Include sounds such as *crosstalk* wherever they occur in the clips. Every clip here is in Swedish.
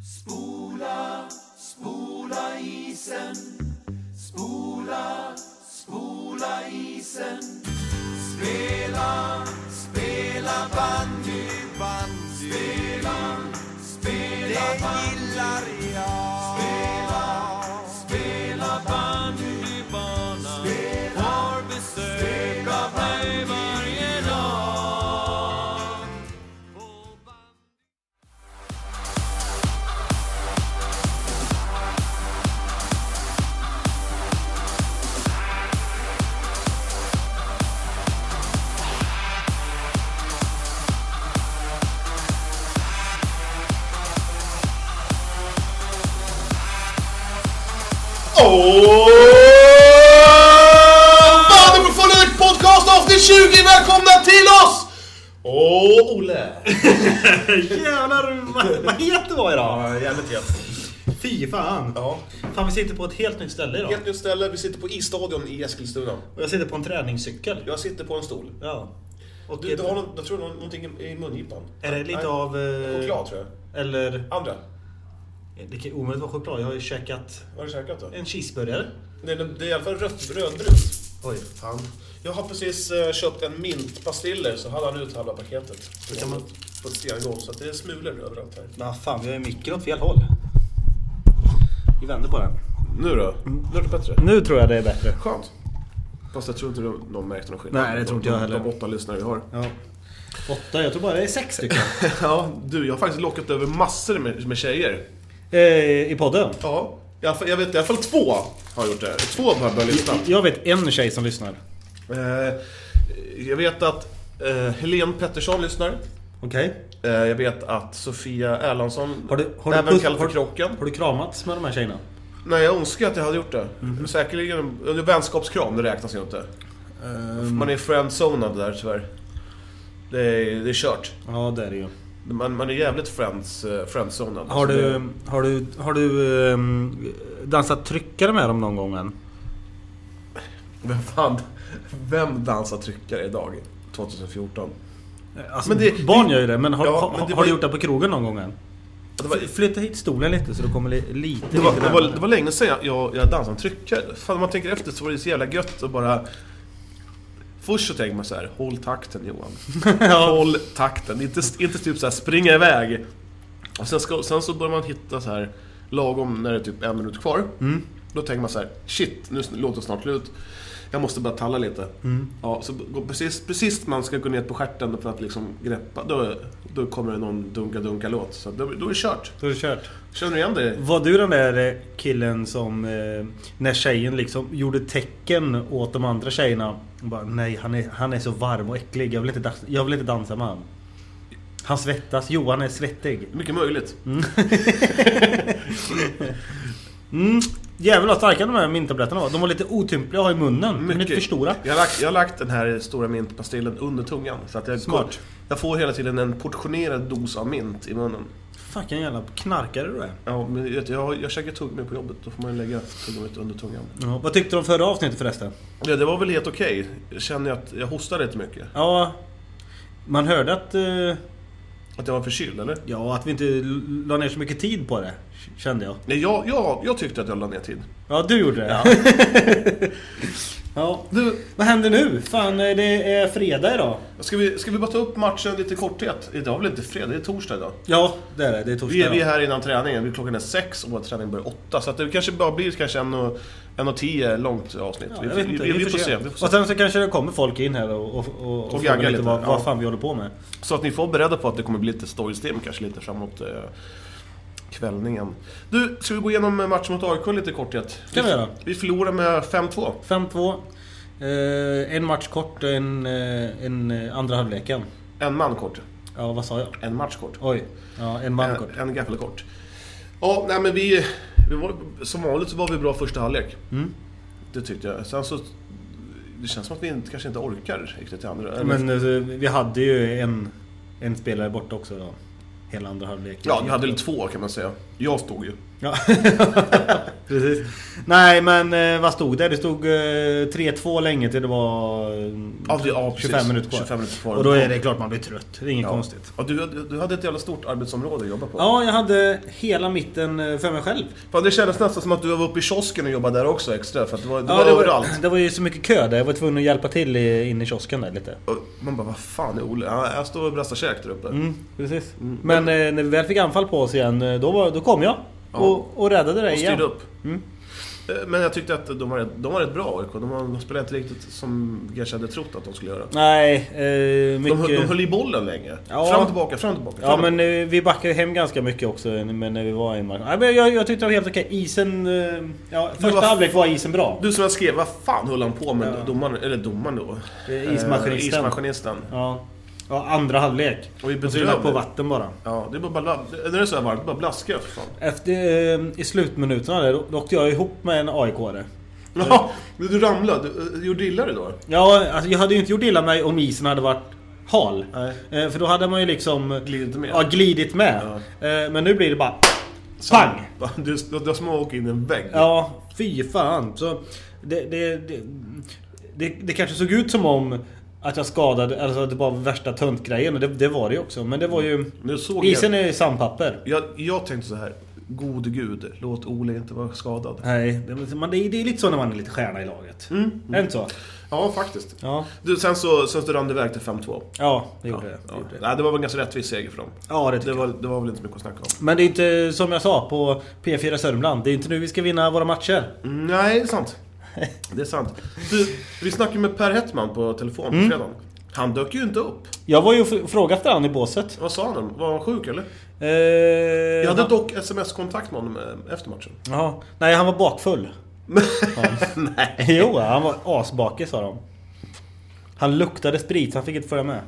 Spola, spola isen. Spola, spola isen. Spela, spela bandy. bandy. Spela, spela Det gillar jag. Spela, spela bandybanan. Har besök av mig varje dag. Fan, det får en podcast avsnitt 20! Välkomna till oss! Åh, Olle! Jävlar vad- vad het du var idag! Ja, jävligt gött. Fy fan! Ja. Fan vi sitter på ett helt nytt ställe idag. Helt nytt ställe, vi sitter på Isstadion i Eskilstuna. Och jag sitter på en träningscykel. Jag sitter på en stol. Ja. Och Du, ett, du har någon, jag tror du har någonting i- i mungipan. är det lite Nej, av... Eh, Choklad tror jag. Eller... eh, Andra, Det kan omöjligt vara choklad. Jag har ju käkat vad har du käkat då? en cheeseburgare. Det är, det är i alla fall rött rödbrus. Oj. Fan. Jag har precis eh, köpt en mintpastiller så hade han ut halva paketet. Det kan man- På ett stengolv, så att det är smulor överallt här. Vad fan, vi har ju micken åt fel håll. Vi vänder på den. Nu då? Mm. Nu är det bättre. Nu tror jag det är bättre. Skönt. Fast jag tror inte de- någon märkte någon skillnad. Nej, det tror inte jag De- heller. De åtta lyssnare vi har. Ja. Åtta, jag tror bara det är sex stycken. Ja, du, jag har faktiskt lockat över massor med, med tjejer. eh, I podden. Ja. Jag, jag vet i alla fall två har gjort det. Två har börjat lyssna. Jag vet en tjej som lyssnar. Eh, Jag vet att eh, Helene Pettersson lyssnar. Okej. Eh, Jag vet att Sofia Erlandsson, Har du- har du även puss- kallad för har- Krocken. Har du kramats med de här tjejerna? Nej, jag önskar att jag hade gjort det. Säkerligen en vänskapskram, det räknas ju inte. Ehm. Man är friendzonad där tyvärr. Det är, det är kört. Ja, det är det ju. Man, man är jävligt friends, eh, friendzonad. Har Så det- du, har du, har du ehm, dansat tryckare med dem någon gång än? Vem fan... Vem dansar tryckare idag? 2014. Alltså, Men det- barn gör ju det, men har, Ja, har- men det har var du ju- gjort det på krogen någon gång än? Det var, Flytta hit stolen lite så du kommer li, lite, det, var, lite det, var, närmare. det var länge sedan jag, jag, jag dansade en tryckare. Fan, om man tänker efter så var det så jävla gött att bara... Först så tänker man så här, håll takten Johan. Håll takten. Inte, inte typ så här, springa iväg. Och sen, ska, sen så börjar man hitta så här, lagom när det är typ en minut kvar. Då tänker man så här, shit, nu låter det snart slut. Jag måste börja talla lite. Ja, så går- precis, precis man ska gå ner på stjärten för att liksom greppa, då, då kommer det någon dunka-dunka-låt. Så då, då är det kört. Då är det kört. Känner du igen det? Var du den där eh, killen som eh, när tjejen liksom gjorde tecken åt de andra tjejerna. och Bara, Nej, han är, han är så varm och äcklig. Jag vill, inte dansa, jag vill inte dansa med han. Han svettas. Johan är svettig. Mycket möjligt. Mm. Jävlar vad starka de här mintabletterna var. De var lite otympliga att ha i munnen. De är Mycket. lite för stora. Jag har, lagt, jag har lagt den här stora mintpastillen under tungan. Så att jag, Smart. jag får hela tiden en portionerad dos av mint i munnen. Fucking jävla knarkare du är. Ja, men jag, vet, jag, jag käkar tuggummi på jobbet, då får man lägga tuggummit under tungan. Ja, vad tyckte du om förra avsnittet förresten? Ja, det var väl helt okej. Jag känner ju att jag hostade lite mycket. Ja, man hörde att, eh, Att jag var förkyld, eller? ja, att vi inte l- la ner så mycket tid på det. k- Kände jag. Nej, jag, jag, jag tyckte att jag la ner tid. Ja, du gjorde det. *laughs* ja. Du, Vad händer nu? Fan, eh, det är fredag idag. ska vi, ska vi bara ta upp matchen lite i korthet? Idag är väl inte fredag, det är torsdag idag. Ja, det är det. Det är torsdag. Vi är, vi är idag. här innan träningen, Vi- klockan är sex och vår träning börjar åtta. Så att det kanske bara blir kanske en och, en och tio långt avsnitt. Ja, vi, jag vet vi, inte, vi, vi, får se. vi får Och se. sen så kanske det kommer folk in här och, och, och, och, gaggar frågar lite lite, vad, ja. vad fan vi håller på med. Så att ni får vara beredda på att det kommer bli lite storystem kanske lite framåt eh, kvällningen. Du, ska vi gå igenom eh, matchen mot AIK lite i korthet? Kan vi göra. Vi förlorade med 5-2. 5-2. Eh, en match kort och en, eh, en eh, andra halvleken. En man kort. Ja, vad sa jag? En match kort. Oj. Ja, en man kort. En, en gaffel kort. Ja, nej men vi... vi var, som vanligt så var vi bra första halvlek. Mm. Det tyckte jag. Sen så... Det känns som att vi inte, kanske inte orkar riktigt i andra. Eller- Men eh, vi hade ju en, en spelare borta också ja. Hela andra halvlek. Ja, vi hade väl två kan man säga. Jag stod ju. Ja. Precis. Nej men eh, vad stod det? Det stod eh, 3-2 länge till det var eh, Ja, det- ja, precis. 25 minuter kvar. 25 minuter kvar. Och då är det klart man blir trött. Det är inget Ja. konstigt. Ja, du, du hade ett jävla stort arbetsområde att jobba på. Ja, jag hade hela mitten eh, för mig själv. Fan, det kändes nästan som att du var uppe i kiosken och jobbade där också extra. För att det var, det Ja, var det, var, överallt. det var ju så mycket kö där. Jag var tvungen att hjälpa till i, in i kiosken där lite. Och man bara, vad fan är Olle? Ja, jag står och brastar käk där uppe. Mm, precis. Men eh, när vi väl fick anfall på oss igen, eh, då, var, då kom jag. Ja. Och, och räddade dig Och igen. Mm. styrde upp. Eh, Men jag tyckte att de var rätt, de var rätt bra AIK. De har- de spelade inte riktigt som vi kanske hade trott att de skulle göra. Nej, eh, De, mycket... hö- de höll i bollen länge. Ja. Fram och tillbaka, fram och tillbaka. Ja fram och men eh, vi backade ju hem ganska mycket också eh, men när vi var i matchen. Nej, men jag, jag tyckte det var helt okej. Isen... eh, Ja, första var- halvlek var isen bra. Du som jag skrev, vad fan höll han på med? Ja. Domaren, eller domaren då? Eh, ismaskinisten. Eh, ismaskinisten. Ja. ja, andra halvlek. Och vi De skulle lagt på bedröver. vatten bara. Ja, det är bara, bara när det är så här varmt, bara blaska för fan. Efter, eh, I slutminuterna där, då, då åkte jag ihop med en AIK-are. Ja, men du ramlade. Du, eh, gjorde illa dig då? Ja, alltså, jag hade ju inte gjort illa mig om isen hade varit hal. Nej. Eh, för då hade man ju liksom... Glidit inte med. Ja, glidit med. Eh, men nu blir det bara... Pang! Du, du, du har som att åka in i en vägg. Ja, fy fan. Så det, det, det, det, det kanske såg ut som om att jag skadade, alltså att det var värsta töntgrejen. och Det, det var det ju också. Men det var ju... Nu såg Isen jag, är ju sandpapper. jag... Jag tänkte så här. Gode gud, låt Ole inte vara skadad. Nej, det, man, det, är, det är lite så när man är lite stjärna i laget. Mm. Är det inte så? Ja, faktiskt. Ja, Du, sen så, sen så rann det iväg till 5-2. ja det gjorde det. Ja. det. Gjorde det. Nej, det var väl en ganska rättvis seger för dem. Ja, det tycker Det jag. var, det var väl inte så mycket att snacka om. Men det är inte, som jag sa på P4 Sörmland, det är inte nu vi ska vinna våra matcher. Mm, Nej, det är sant. Det är sant. Du, vi snackade med Per Hettman på telefon Mm. på fredagen. Han dök ju inte upp. Jag var ju och frågade efter han i båset. Vad sa han? om? Var han sjuk eller? Eh, Jag hade dock sms-kontakt med honom eh, efter matchen. Ja, nej han var bakfull. *laughs* nej. Jo, han var asbakig sa de. Han luktade sprit, så han fick inte följa med.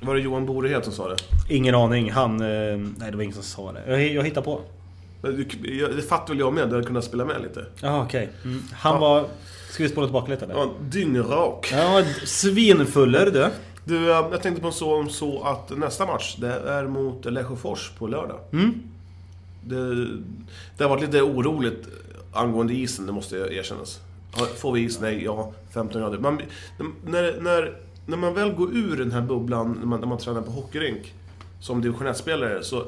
Var det Johan Borehed som sa det? Ingen aning, han... eh, Nej, det var ingen som sa det. Jag, jag hittar på. Men du- jag- Det fattar väl jag med, du hade kunnat spela med lite. Jaha, okej. Mm. Han var... Ska vi spola tillbaka lite eller? Ja, dyngrak. Ja, svinfuller du. Du, eh, jag tänkte på så, så att nästa match, det är mot Lesjöfors på lördag. Mm. Det, det har varit lite oroligt angående isen, det måste erkännas. Har- Får vi is? Nej, ja. 15 grader. Man, när, när, när man väl går ur den här bubblan, när man, när man tränar på hockeyrink, som division 1-spelare, så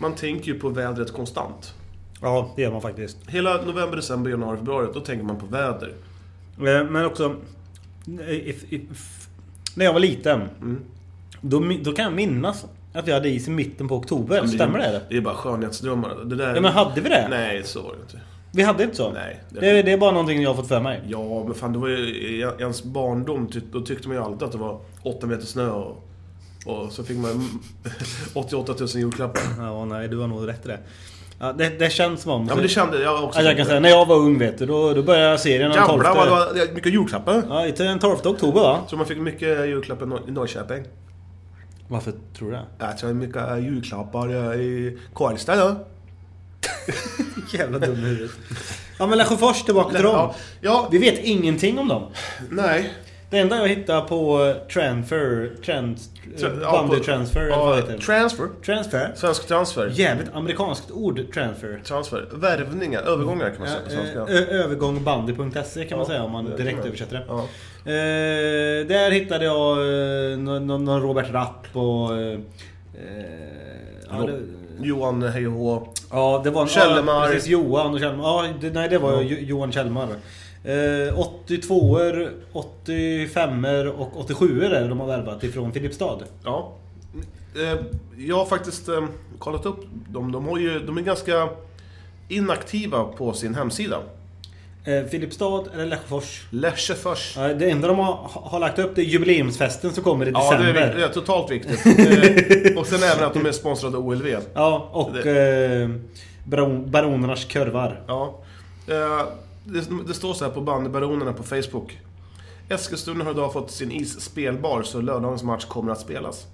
man tänker ju på vädret konstant. Ja, det gör man faktiskt. Hela november, december, januari, februari, då tänker man på väder. Eh, Men också... eh, if- if- När jag var liten, då, mi- då kan jag minnas att vi hade is i mitten på oktober. Stämmer det? eller? Det är bara skönhetsdrömmar. Det där, Ja, men hade vi det? Nej, så var det inte. Vi hade inte så? Nej, det- Det, det är bara någonting jag har fått för mig. Ja, men fan det var ju i ens barndom, ty- då tyckte man ju alltid att det var 8 meter snö och, och så fick man *laughs* 88 000 julklappar. Ja, nej, du har nog rätt i det. Ja, det, det känns som... Ja men det kände jag också. Ja, jag kan säga, när jag var ung vet du, då, då började jag se den den 12... Jävlar vad det var det var mycket julklappar. Ja, inte den 12 oktober va? Så man fick mycket julklappar i Nor- i Norrköping. Varför tror du det? Jag tror mycket julklappar i Karlstad då. Jävla dum huvud. Ja men Lesjöfors tillbaka till dem. Ja, ja, Vi vet ingenting om dem. nej. Det enda jag hittar på eh, transfer... Trans, Tra- ja, på- bandy transfer eller vad Ja, heter det? transfer. Transfer? Svensk transfer. Jävligt amerikanskt ord, transfer. Transfer. Värvningar, övergångar kan man säga på Eh, svenska. ö- Övergångbandy.se E kan man Ja, säga om man det kan direkt man. översätter det. Ja. Eh, där hittade jag eh, någon, någon- någon Robert Rapp och... Eh, eh, ja, det, Johan Hej och Hå. ja, det var en... Kjellmar. Ja, precis, Johan och Kjellmar. Ja, det, nej, det var Jo- Johan Kjellmar. Eh, 82er, 85er och 87er är det de har värvat ifrån Filipstad. Ja. Eh, Jag har faktiskt eh, kollat upp dem. De, har ju, de är ganska inaktiva på sin hemsida. Eh, Filipstad eller Lesjöfors? Lesjöfors. Ja, det enda de har, har lagt upp det är jubileumsfesten som kommer i Ja, det december. är, vikt- det är totalt *laughs* viktigt. Eh, Och sen även att de är sponsrade av OLV. Ja, och eh, baron, baronernas kurvar. Ja. Eh, Det, det står så här på Bandybaronerna på Facebook. Eskilstuna har idag fått sin is spelbar, så lördagens match kommer att spelas.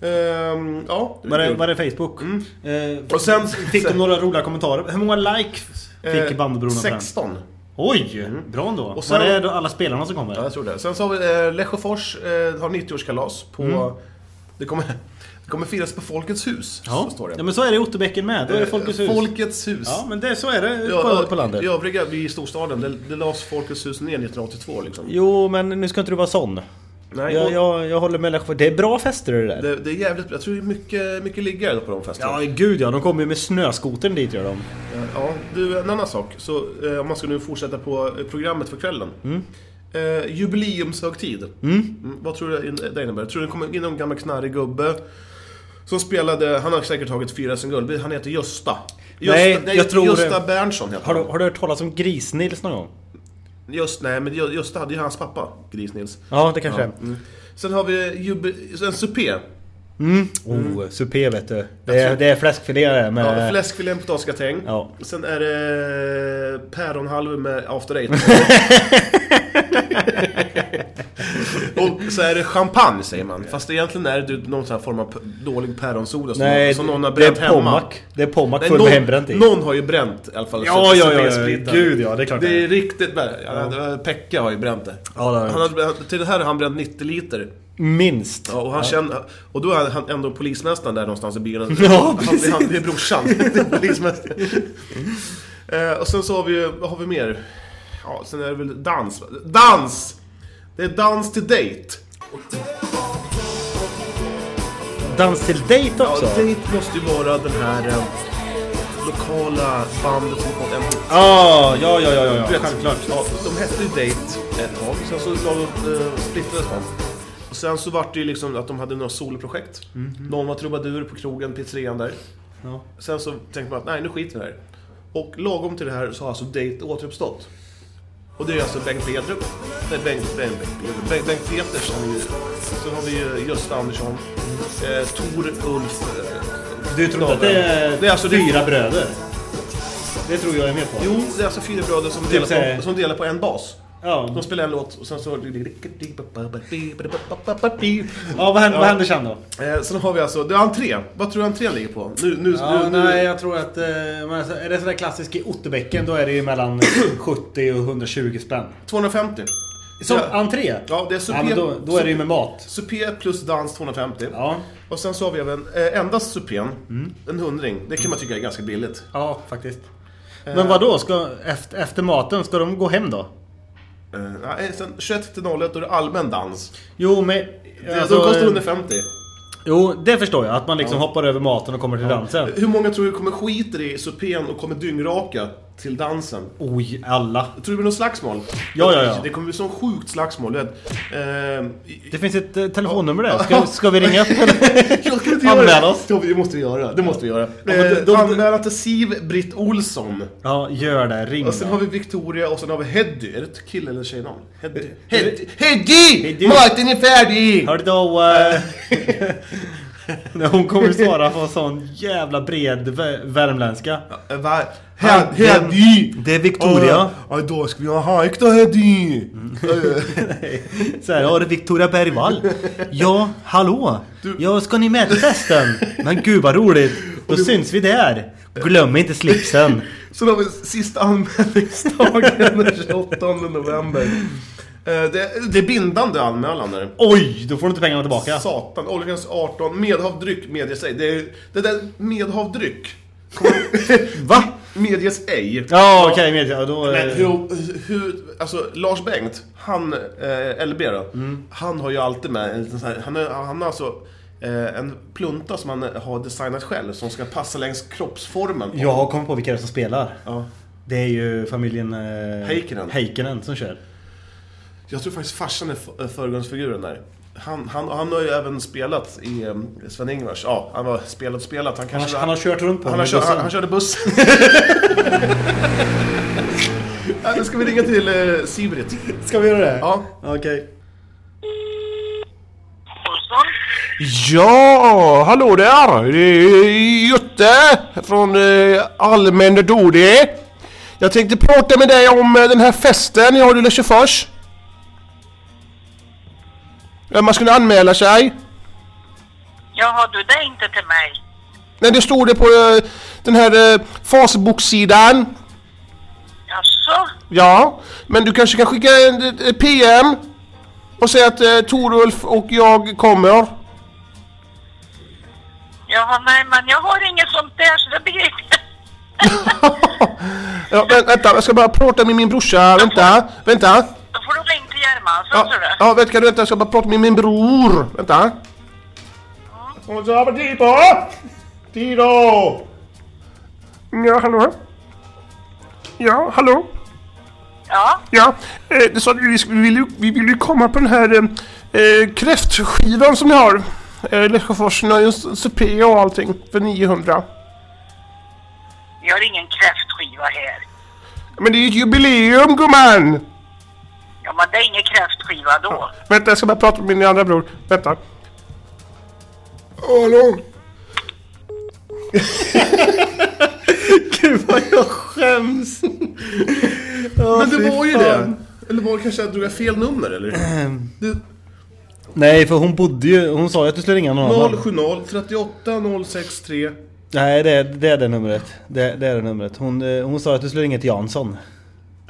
Ehm, ja, det Var det, kul. Mm. var det Facebook? Eh, Och sen- fick de några roliga kommentarer. Hur många likes fick Eh, bandybrorna på den? 16. Oj! Bra ändå. Och Och sen- Var det då alla spelarna som kommer? Ja, jag tror det. Sen så har vi eh, Lesjöfors, eh, har 90-årskalas på... Det kommer... kommer finnas på Folkets hus. Mm. Ja. Så står det. Eh, ja, men så är det i Otterbäcken med. Då är det Folkets hus. Folkets hus. Ja, men det, så är det Ja, på, ja, på landet. I övriga, i storstaden, det, det lades Folkets hus ner 1982 liksom. Jo, men nu ska inte du vara sån. Nej, och jag, jag, jag håller med Lars. Det är bra fester det där. Det, det är jävligt bra. Jag tror det är mycket, mycket liggare på de festerna. Ja, gud ja. De kommer ju med snöskoten dit gör de. Eh, Ja, du, en annan sak. Så, eh, om man ska nu fortsätta på eh, programmet för kvällen. Mm. Eh, jubileumshögtid. Mm, Vad tror du in- det innebär? Tror du det kommer in någon gammal knarrig gubbe som spelade, han har säkert tagit fyra SM guld, han heter Gösta. Gösta Nej, jag tror Gösta det. Berntsson heter Har du, han. har du hört talas om Gris-Nils någon gång? Just, nej, men Gö- Gösta hade ju hans pappa, Gris-Nils. Ja, det kanske det är. Mm. Sen har vi jub- en supé. Oh, supé vet du. Det Jag är, tror- det är fläskfilé det med... Ja, fläskfilé och potatisgratäng. Eh. Ja. Sen är det päronhalvor med after *laughs* eight. och så är det champagne säger man. Fast egentligen är det ju någon sån här form av p- dålig päronsoda som, Nej, som någon har det är bränt hemma. pommack. Det är pommack Nej, full med hembränt i. någon, någon har ju bränt i alla fall. Ja, Så- ja, så ja, det är ja, spritt där. gud, ja, det är klart Det det är riktigt bär. Ja, det- Pekka har ju bränt det. Ja, det har jag han hade, till det här har han bränt 90 liter. Minst. Ja, och, han känner, och då är han ändå polismästaren där någonstans i byn. *laughs* Ja, han, precis. han, det är brorsan till polismästaren. *laughs* Eh, och sen så har vi ju- vad har vi mer? Ja, sen är det väl dans. Dans! Det är dans till dejt. Dans till dejt Ja, också. dejt måste ju vara den här eh, lokala bandet som kom en Ah, ja, ja, ja, ja, ja. vet, Ja, de hette ju Date ett tag, sen så la de, eh, splittrades de. Och sen så vart det ju liksom att de hade några soloprojekt. Mhm. Någon var trubadur på krogen, pizzerian där. Ja. Sen så tänkte man att nej, nu skiter vi i det här. Och lagom till det här så har alltså Date återuppstått. Och det är alltså Bengt Bedrup. Nej, Bengt, Bengt, Bengt, Bengt, Bengt Peters. han är ju- Sen har vi ju Gösta Andersson. Eh, Tor Ulf. eh, Du tror inte att det är, Det är alltså- fyra bröder? Det tror jag är med på. Jo, det är alltså fyra bröder som delar såhär- på, som delar på en bas. Ja. De spelar en låt och sen så... ja, vad händer, vad händer sen då? Eh, Sen har vi alltså, det är entré. Vad tror du entrén ligger på? Nu, nu, Ja, nu, nu. nej, jag tror att eh, men är det sådär klassiskt i Otterbäcken då är det *coughs* ju mellan 70 och 120 spänn. 250. Som ja, entré? ja, det är supé, Ja, men då, då är det ju med mat. supé plus dans 250. Ja, Och sen så har vi även eh, endast supén, en hundring. Det kan man tycka är ganska billigt. ja faktiskt. Men vad då? Ska, efter, efter maten, ska de gå hem då? Eh, nej, sen 21 till 01 då är det allmän dans. Jo, men... Det alltså, de kostar eh, 150. Jo, det förstår jag. Att man liksom hoppar över maten och kommer till dansen. Hur många tror du kommer skiter i supén och kommer dyngraka till dansen? Oj, alla. Tror du det blir något slagsmål? Ja, ja, ja. Det kommer bli sån sjukt slagsmål. du *laughs* Vet. Eh, Det finns ett eh, telefonnummer där. Ska, ska vi *laughs* ringa? Jag kan inte Anmäla göra det. oss. Jo, Det måste vi göra. Det måste vi göra. men Eh, de- Anmälan till Siv-Britt Olsson. ja, gör det. Ring. Och sen då. har vi Victoria och sen har vi Heddy. Är det ett kille eller tjej namn? Heddy. Eh, Heddy! Heddy! Maten är färdig! Hör du då... eh, *laughs* När hon kommer svara på sån jävla bred vä- värmländska. Eh, va? Hed- Heddy! Det är Victoria. Ja, då ska vi ha hajk då Heddy! Så här, ja det är *laughs* Victoria Bergvall. Ja, hallå! Ja, ska ni med till festen? Men gud vad roligt! Då syns vi där! Glöm *laughs* inte slipsen! Sen har vi sista anmälningsdagen den 28 november. Eh, Det är, det är bindande anmälan där. Oj, då får du inte pengarna tillbaka. Satan, Ålgrens 18, medhavdryck medges ej. Det, är- det där medhavdryck kommer- Va? medges ej. Ja, okej, med ja, då... Men eh, hur, hur, alltså Lars Bengt, han, eh, LB då, Mm. han har ju alltid med en liten sån här, han, är, han har alltså eh, en plunta som han har designat själv som ska passa längs kroppsformen. på. Jag har kommit på vilka det är som spelar. Ja. Det är ju familjen... Eh, Heikkinen. Heikkinen som kör. Jag tror faktiskt farsan är f- eh, föregångsfiguren där. Han, han, han har ju även spelat i eh, Sven-Ingvars, ja, han har spelat spelat. Han, Han kanske, har, han har kört runt på Han, har den i kört, bussen. han, han körde bussen. *laughs* ja, nu ska vi ringa till eh, Sivrit. Ska vi göra det? Ja. Okej. Olsson? Ja, hallå där! Det är Jutte från eh, Allmänne Dodi. Jag tänkte prata med dig om eh, den här festen i Adela 21. Där man skulle anmäla sig. Jaha, du det är inte till mig. Nej, det stod det på eh, den här eh, Facebook-sidan. Jaså? Ja, men du kanske kan skicka en eh, PM och säga att eh, Torulf och jag kommer. Ja, nej, men jag har inget sånt där så det begriper jag. Ja, vä- vänta, jag ska bara prata med min brorsa. Vänta, vänta. Då får du ringa till Germansson, Ja, ser du. ja vänta, kan du vänta, jag ska bara prata med min bror. Vänta. Tito! Tito! Ja, hallå? Ja, hallå? Ja, Ja, eh, det sa du, vi, sk- vi vill ju, vi vill ju komma på den här eh, eh, kräftskivan som ni har. Eh, Lesjöforsen har ju en s- supé och allting för 900. vi har ingen kräftskiva här. Men det är ju ett jubileum gumman! Ja, men det är ingen kräftskiva då. Vänta, jag ska bara prata med min andra bror. Vänta. Hallå? Gud vad jag *laughs* skäms. Men det var ju det! Eller var det kanske att jag drog fel nummer eller? Du, Nej för hon bodde ju, hon sa ju att du skulle ringa någon annan. 070 38 063 Nej det är det, är det numret. Det, det är det numret. Hon, eh, hon sa att du skulle ringa till Jansson.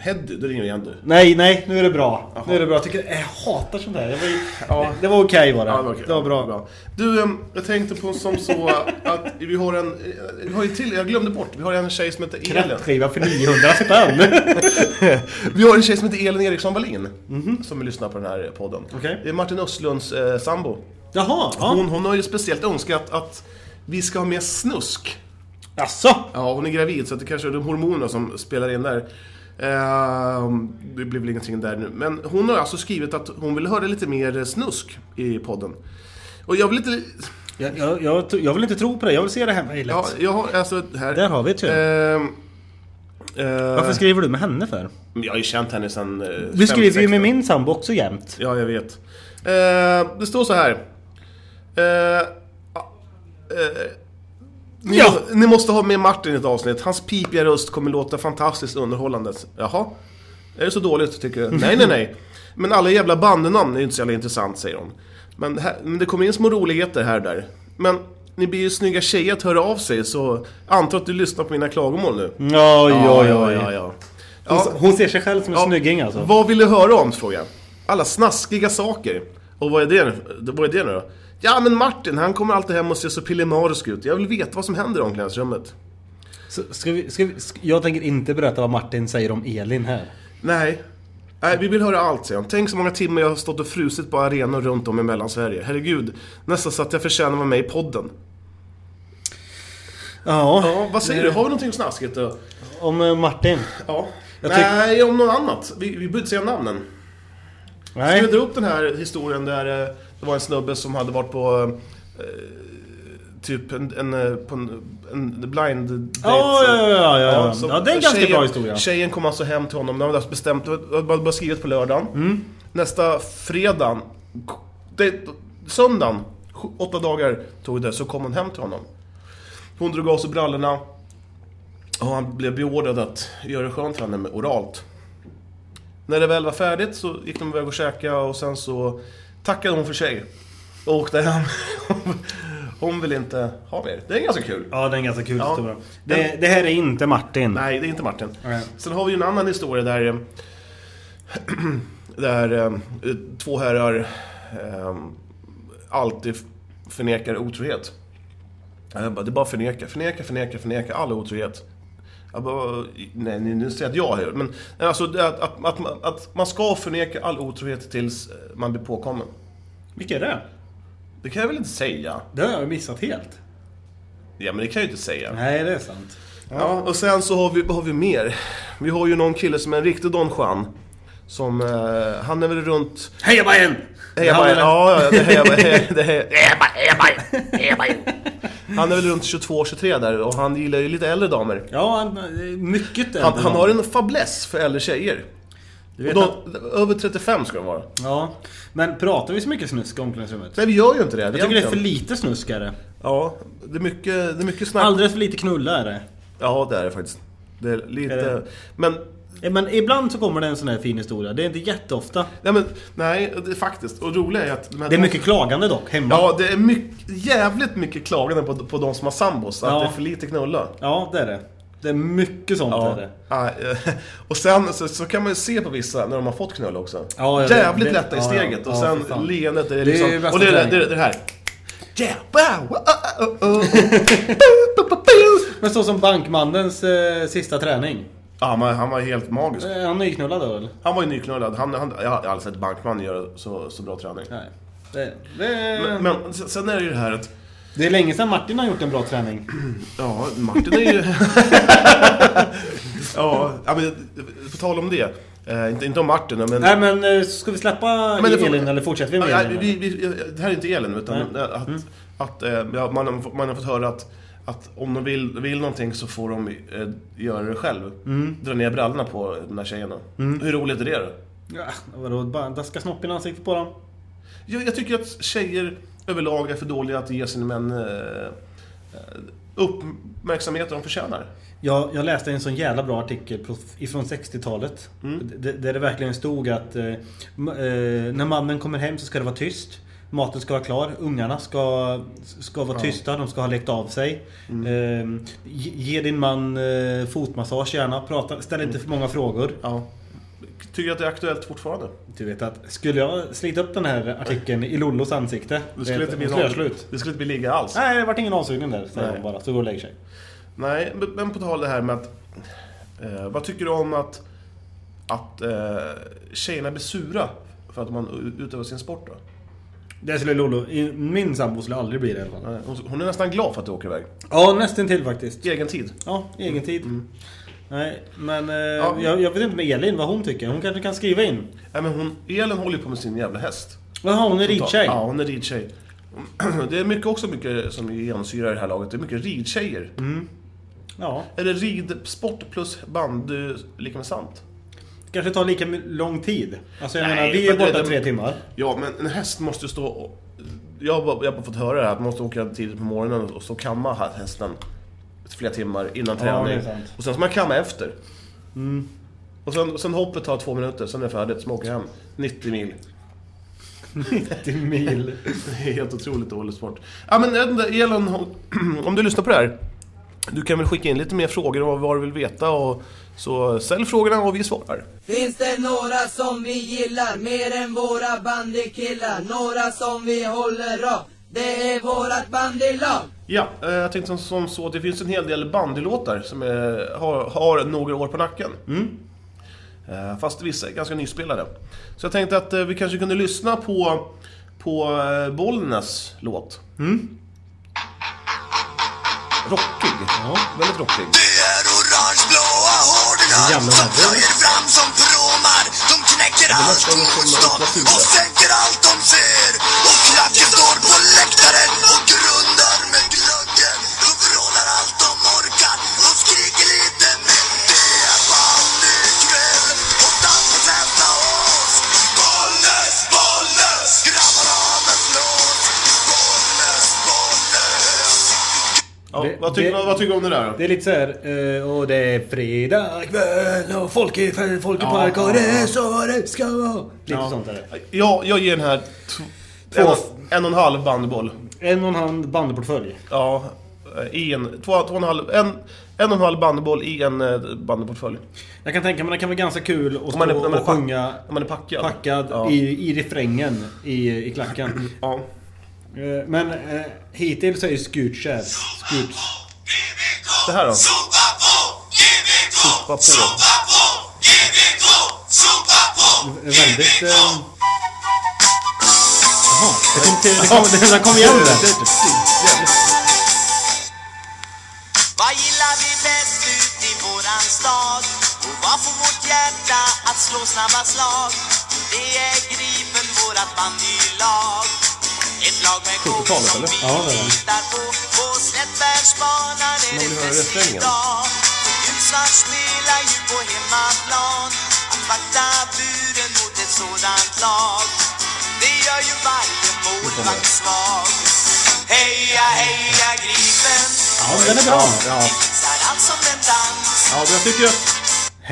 Heddy, då ringer vi igen du. Nej, nej, nu är det bra. Nu är det bra. Jag, tycker, jag hatar sånt där. Det var, ju- Ja. det var okej var det. Ja, det var okej. Det var bra. Du, ehm, jag tänkte på som så att vi har en... eh, Vi har ju till, jag glömde bort, vi har en tjej som heter Elin. Kräftskiva för 900 spänn. Vi har en tjej som heter Elin Eriksson Wallin. Som lyssnar på den här podden. Mhm. Okej. Det är Martin Östlunds eh, sambo. Jaha, ja. Hon, hon har ju speciellt önskat att vi ska ha med snusk. Jaså? Ja, hon är gravid så att det kanske är de hormonerna som spelar in där. Ehm, det blir väl ingenting där nu. Men hon har alltså skrivit att hon vill höra lite mer snusk i podden. Och jag vill inte... Jag, jag, jag, jag vill inte tro på det. Jag vill se det här mejlet. Ja, jag har alltså här... Där har vi ett kön. Ehm, eh, Varför skriver du med henne för? Jag har ju känt henne sedan... eh, Du 15, skriver ju 16. med min sambo också jämt. Ja, jag vet. Eh, det står så här. Eh, eh, ni, Ja. måste, ni måste ha med Martin i ett avsnitt. Hans pipiga röst kommer låta fantastiskt underhållande. Jaha? Är det så dåligt, tycker jag? Nej, nej, nej. Men alla jävla bandnamn är ju inte så jävla intressant, säger hon. Men det, här, men det kommer in små roligheter här och där. Men ni blir ju snygga tjejer att höra av sig, så antar att du lyssnar på mina klagomål nu. Oj, oj, oj. Mm. ja. Hon, Ja. hon ser sig själv som en Ja, snygging alltså. Vad vill du höra om? frågar jag. Alla snaskiga saker. Och vad är det, vad är det nu då? Ja men Martin, han kommer alltid hem och ser så pillemarisk ut. Jag vill veta vad som händer i omklädningsrummet. Så, ska vi, ska vi, ska, jag tänker inte berätta vad Martin säger om Elin här. Nej. Nej, vi vill höra allt, säger han. Tänk så många timmar jag har stått och frusit på arenor runt om i Mellansverige. Herregud, nästan så att jag förtjänar att vara med i podden. Ja, Ja, vad säger du? Har vi någonting snaskigt då? om eh, Martin. Ja. Jag tyck- Nej, om något annat. Vi, vi behöver inte säga namnen. Ska vi Nej. dra upp den här historien där eh, det var en snubbe som hade varit på eh, typ en, en, eh, på en, en blind date? Ja, ja, ja, ja, ja. så- Ja, det är en ganska tjejen, bra historia. Tjejen kom alltså hem till honom, de hade alltså bestämt, det var det var skrivet på lördagen. Mm. Nästa fredag, det, söndagen, sju- åtta dagar tog det, så kom hon hem till honom. Hon drog av sig brallorna och han blev beordrad att göra det skönt för henne med oralt. När det väl var färdigt så gick de iväg och käkade och sen så tackade hon för sig. Och åkte hem. *laughs* Hon vill inte ha mer. Det är ganska kul. Ja, det är en ganska kul Ja. historia. Det, det här är inte Martin. Nej, det är inte Martin. Nej. Sen har vi ju en annan historia där... eh, *clears throat* där eh, två herrar eh, alltid f- förnekar otrohet. Jag bara, det är bara förneka, förneka, förneka, förneka all otrohet. Jag bara, nej, nu- nu säger jag att jag har gjort men alltså det är att, att, att, man- att man ska förneka all otrohet tills man blir påkommen. Vilka är det? Det kan jag väl inte säga? Det har jag missat helt. Ja, men det kan jag ju inte säga. Nej, det är sant. Ja, och sen så har vi, vad har vi mer? Vi har ju någon kille som är en riktig Don Juan. Som, eh, han är väl runt... Heja Bajen! Heja Bajen! Ja, ja, det är heja *laughs* Bajen, det är heja- heja Bajen, heja Bajen, heja Bajen. Han är väl runt 22-23 där och han gillar ju lite äldre damer. Ja, han- mycket äldre. Han, han har en fäbless för äldre tjejer. Du Och vet att, de, över 35 ska de vara. ja. Men pratar vi så mycket snusk i omklädningsrummet? Nej, vi gör ju inte det Jag tycker det är för egentligen. lite snusk är det. Ja, det är mycket, det är mycket snack. Alldeles för lite knulla är det. Ja, det är det faktiskt. Det är Är lite... det? Men Eh, Men ibland så kommer det en sån här fin historia. Det är inte jätteofta. Nej, men, nej det, faktiskt. Och roligt är att... de här- Det är mycket klagande dock, hemma. Ja, det är mycket, jävligt mycket klagande på, på de som har sambos. Att Ja. det är för lite knulla. Ja, det är det. Det är mycket sånt är det. Ja, eh, och sen så, så kan man ju se på vissa när de har fått knulla också. Ja, ja, det- jävligt det- lätta i ja, ja. steget. och Ja, sen för fan. leendet. Det är Det är liksom, ju bästa och det, är det, träningen. det, det här. Yeah, wow, oh, oh, oh, oh. uh, *laughs* Men så som bankmannens eh, sista träning. Ja, men han var helt magisk. Eh, han nyknullad då eller? Han var ju nyknullad. Han, han, jag har aldrig sett bankman göra så, så bra träning. Nej. Det, det, Men, men sen är det ju det här att... det är länge sedan Martin har gjort en bra träning. Mm. Ja, Martin *laughs* är ju... ja, ja, men på tal om det. Eh, inte, inte om Martin, men... Nej men eh, ska vi släppa Men det får- Elin eller fortsätter vi med Ja, Elin? vi, vi, det här är inte Elin, utan Nej. Mm. att, att, eh, ja, man, har, fått- man har fått höra att, att om de vill, vill någonting så får de eh, göra det själv. Mm. Dra ner brallorna på de här tjejerna. Hur roligt är det då? Ja, vadå, bara daska snoppen i ansiktet på dem. Jag, jag tycker att tjejer överlag är för dåliga att ge sina män eh, eh, uppmärksamhet de förtjänar. Jag, jag läste en sån jävla bra artikel pro- ifrån 60-talet. D- Där det verkligen stod att eh, m- eh, när mannen kommer hem så ska det vara tyst. Maten ska vara klar, ungarna ska, ska vara tysta, de ska ha lekt av sig. Eh, ge, ge din man eh, fotmassage gärna, Prata, ställ inte för många frågor. Ja. Tycker att det är aktuellt fortfarande. Du vet att skulle jag slita upp den här artikeln i Lollos ansikte. Det skulle, vet, inte, bli då skulle jag någon- slå ut. det skulle inte bli ligga alls. Nej, det vart ingen avsugning där, säger Nej. hon bara. Så går och lägger sig. Nej, men- men på tal det här med att... Eh, vad tycker du om att, att eh, tjejerna blir sura för att man u- utövar sin sport då? Det skulle Lollo, i- min sambo skulle aldrig bli det i alla fall. Nej, hon- Hon är nästan glad för att du åker iväg. Ja, nästan till faktiskt. Egen tid. Ja, egen tid. Nej, men eh, Mm. Ja. jag, jag vet inte med Elin vad hon tycker. Hon kanske kan skriva in. Nej, men hon, Elin håller ju på med sin jävla häst. Jaha, hon är ridtjej. Ja, hon är ridtjej. *clears throat* Det är mycket, också mycket som genomsyrar det här laget. Det är mycket ridtjejer. Ja. Är det ridsport plus bandy lika med sant? Kanske tar lika my- lång tid. Alltså jag Nej, menar, vi för är borta det- det- tre timmar. Ja, men en häst måste ju stå och... Jag har, bara, jag har bara fått höra det här, att man måste åka tidigt på morgonen och stå och kamma här hästen flera timmar innan det är träning. sant. och sen ska man kamma efter. Och sen, sen hoppet tar två minuter, sen är det färdigt, sen åker jag hem. 90 mil. *laughs* 90 mil. Det är helt otroligt dålig sport. Ja, men jag vet inte, Elin, *clears throat* om du lyssnar på det här. Du kan väl skicka in lite mer frågor om vad du vill veta och så ställ frågorna och vi svarar. Finns det några som vi gillar mer än våra bandykillar? Några som vi håller av? Det är vårat bandylag! Ja, eh, jag tänkte som, som så att det finns en hel del bandylåtar som är, har, har några år på nacken. Mm. Eh, Fast vissa är ganska nyspelade. Så jag tänkte att eh, vi kanske kunde lyssna på, på eh, Bollnäs låt. Mm. Rockig. Väldigt rockig. Det är orangeblåa Jävlar, hårdingar vad som det är. följer fram som pråmar. De knäcker allt låter som motstånd naturen. och sänker allt de ser. Och klacken står på läktaren och grundar med glöggen. De vrålar allt de orkar och skriker lite mer. Det är bandykväll och dansprocenten oss. Bollnäs, Bollnäs! Grabbarna med flås. Bollnäs, Bollnäs! Ja, Det- vad, tycker, det- vad tycker du om det där då? Det är lite såhär, och det är fredag kväll och folk i, folk i Ja, park och ja, det är så det ska vara. Lite sånt där. Ja, jag ger den här t- en, och- en och en halv bandboll. En och en halv bandportfölj. Ja, eh, i en, två, två och en, halv, en, en och en halv bandboll i en eh, bandyportfölj. Jag kan tänka mig det kan vara ganska kul att Om man är- stå om man är och pack- sjunga om man är packad. packad Ja. i, i refrängen i, i klacken. Ja. Eh, Men eh, hittills är ju Scooch här. Scooch. Det här då? Sopa på, GBK! Sopa på. Sopa på, GBK! Sopa på, Det är väldigt... eh, Jaha, det kom till... Det kom, det, det kom igen där. Vad gillar vi bäst ut i våran stad? Och vad får vårt hjärta att slå snabba slag? Det är Gripen, vårat bandylag. Ett lag med kort 70-talet, som eller? vi Ja, det är det. litar på. På Slättbergsbanan är vill det höra festligt refrängen. idag. Ljusnars spelar ju på hemmaplan. Att vakta buren mot ett sådant lag. Det gör ju varje målvakt svag. Heja, heja Gripen! Ja, den är bra. Ja. Fixar allt som en dans. Ja, men jag tycker att...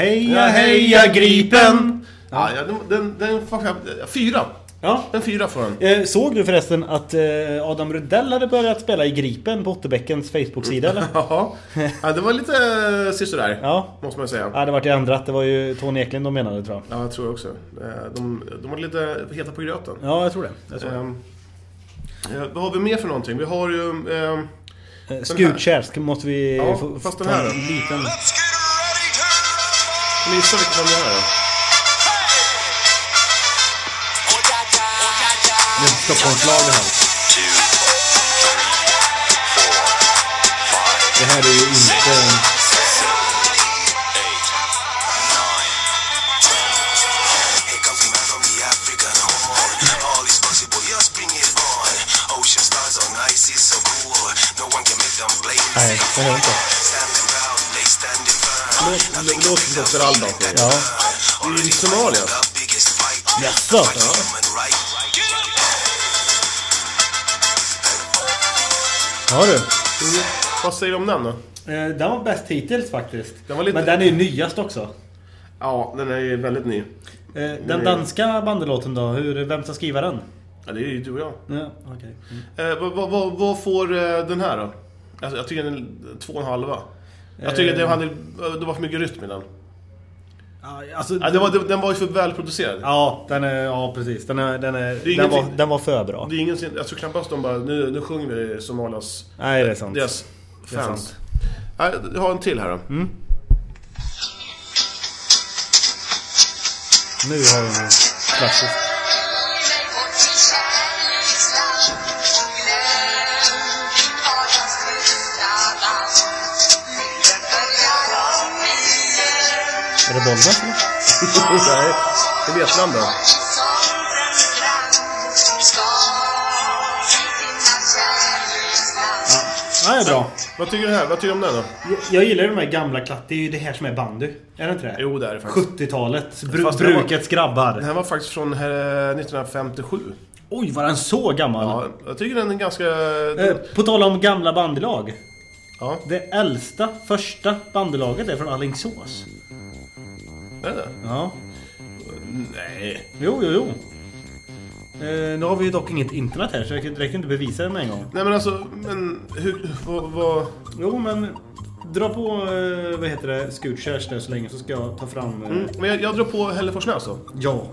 Heja, heja Gripen! Ja, ja den, den, den får jag- Fyra! Ja. En fyra får den. Eh, Såg du förresten att eh, Adam Rudell hade börjat spela i Gripen på Otterbäckens Facebook-sida eller? Jaha. Ja, det var lite eh, sisådär. Ja. Måste man ju säga. Ja, det vart ju ändrat. Det var ju Tony Eklind de menade tror jag. Ja, jag tror också. Eh, De, de var lite heta på gröten. Ja, jag tror det. Jag tror det. Ehm, Eh, vad har vi mer för någonting? Vi har ju... ehm, Eh, Skutkärr ska- måste vi Ja, få, fast få den här en då. liten... Let's get ready to rumble! gissa vilken av det här är. Oh, da, da. Det är ett Stockholmslag det här. Det här är ju inte... Here comes the man from the African horn. All is possible, just bring it on. Ocean stars on ice is so cool. No one can make them play. Nej, det hör jag inte. Standing proud, they standing firm. Låt, låt som Dr. Alban sjunger. Ja. Det är ju Somalia. The biggest fight. Jaså? Fight for human right. Har du? Vad säger du om den då? Eh, Den var bäst hittills faktiskt. Den var lite- Men den är ju nyast också. Ja, den är ju väldigt ny. Eh, Mm. Den danska bandelåten då? Hur, vem ska skriva den? Ja, det är ju du och jag. Ja, okej. Mm. Eh, vad, vad, vad, vad får eh, den här då? Alltså, jag tycker den är två och en halva. Jag tycker att det, hade, det var för mycket rytm i den. Ja, Alltså, Ja, det var, det, den var ju för välproducerad. ja, den är, ja precis. Den, är, den, Det är är, den, var, ingenting- den var för bra. Det är ingen, sin- jag tror knappast de bara, nu, nu sjunger vi Somalias, Nej, det är sant. deras är fans. sant. Mm. Nej, Jag har en till här då. Nu har vi en klassisk. Är det Bollnäs *laughs* eller? Nej, det är Vetlanda. Ja, det är bra. Vad tycker du här? Vad tycker du om den då? Jag, jag gillar ju de här gamla klatt. Det är ju det här som är bandy. Är det inte det? Jo, det är det faktiskt. 70-talet. Bru, Fast det var- brukets grabbar. Den här var faktiskt från eh, 1957. Oj, var den så gammal? Ja, jag tycker den är ganska... Eh, på tal om gamla bandelag. Ja, Det äldsta, första bandelaget är från Alingsås. det är det. Ja. Nej. Jo, jo, jo. Eh, nu har vi ju dock inget internet här så jag kan direkt inte bevisa det med en gång. Nej men alltså, men hur... Vad... vad Jo, men dra på, eh, vad heter det, Skutkärrs där så länge så ska jag ta fram... Eh, mm, men jag, jag drar på Hälleforsnäs då. Ja.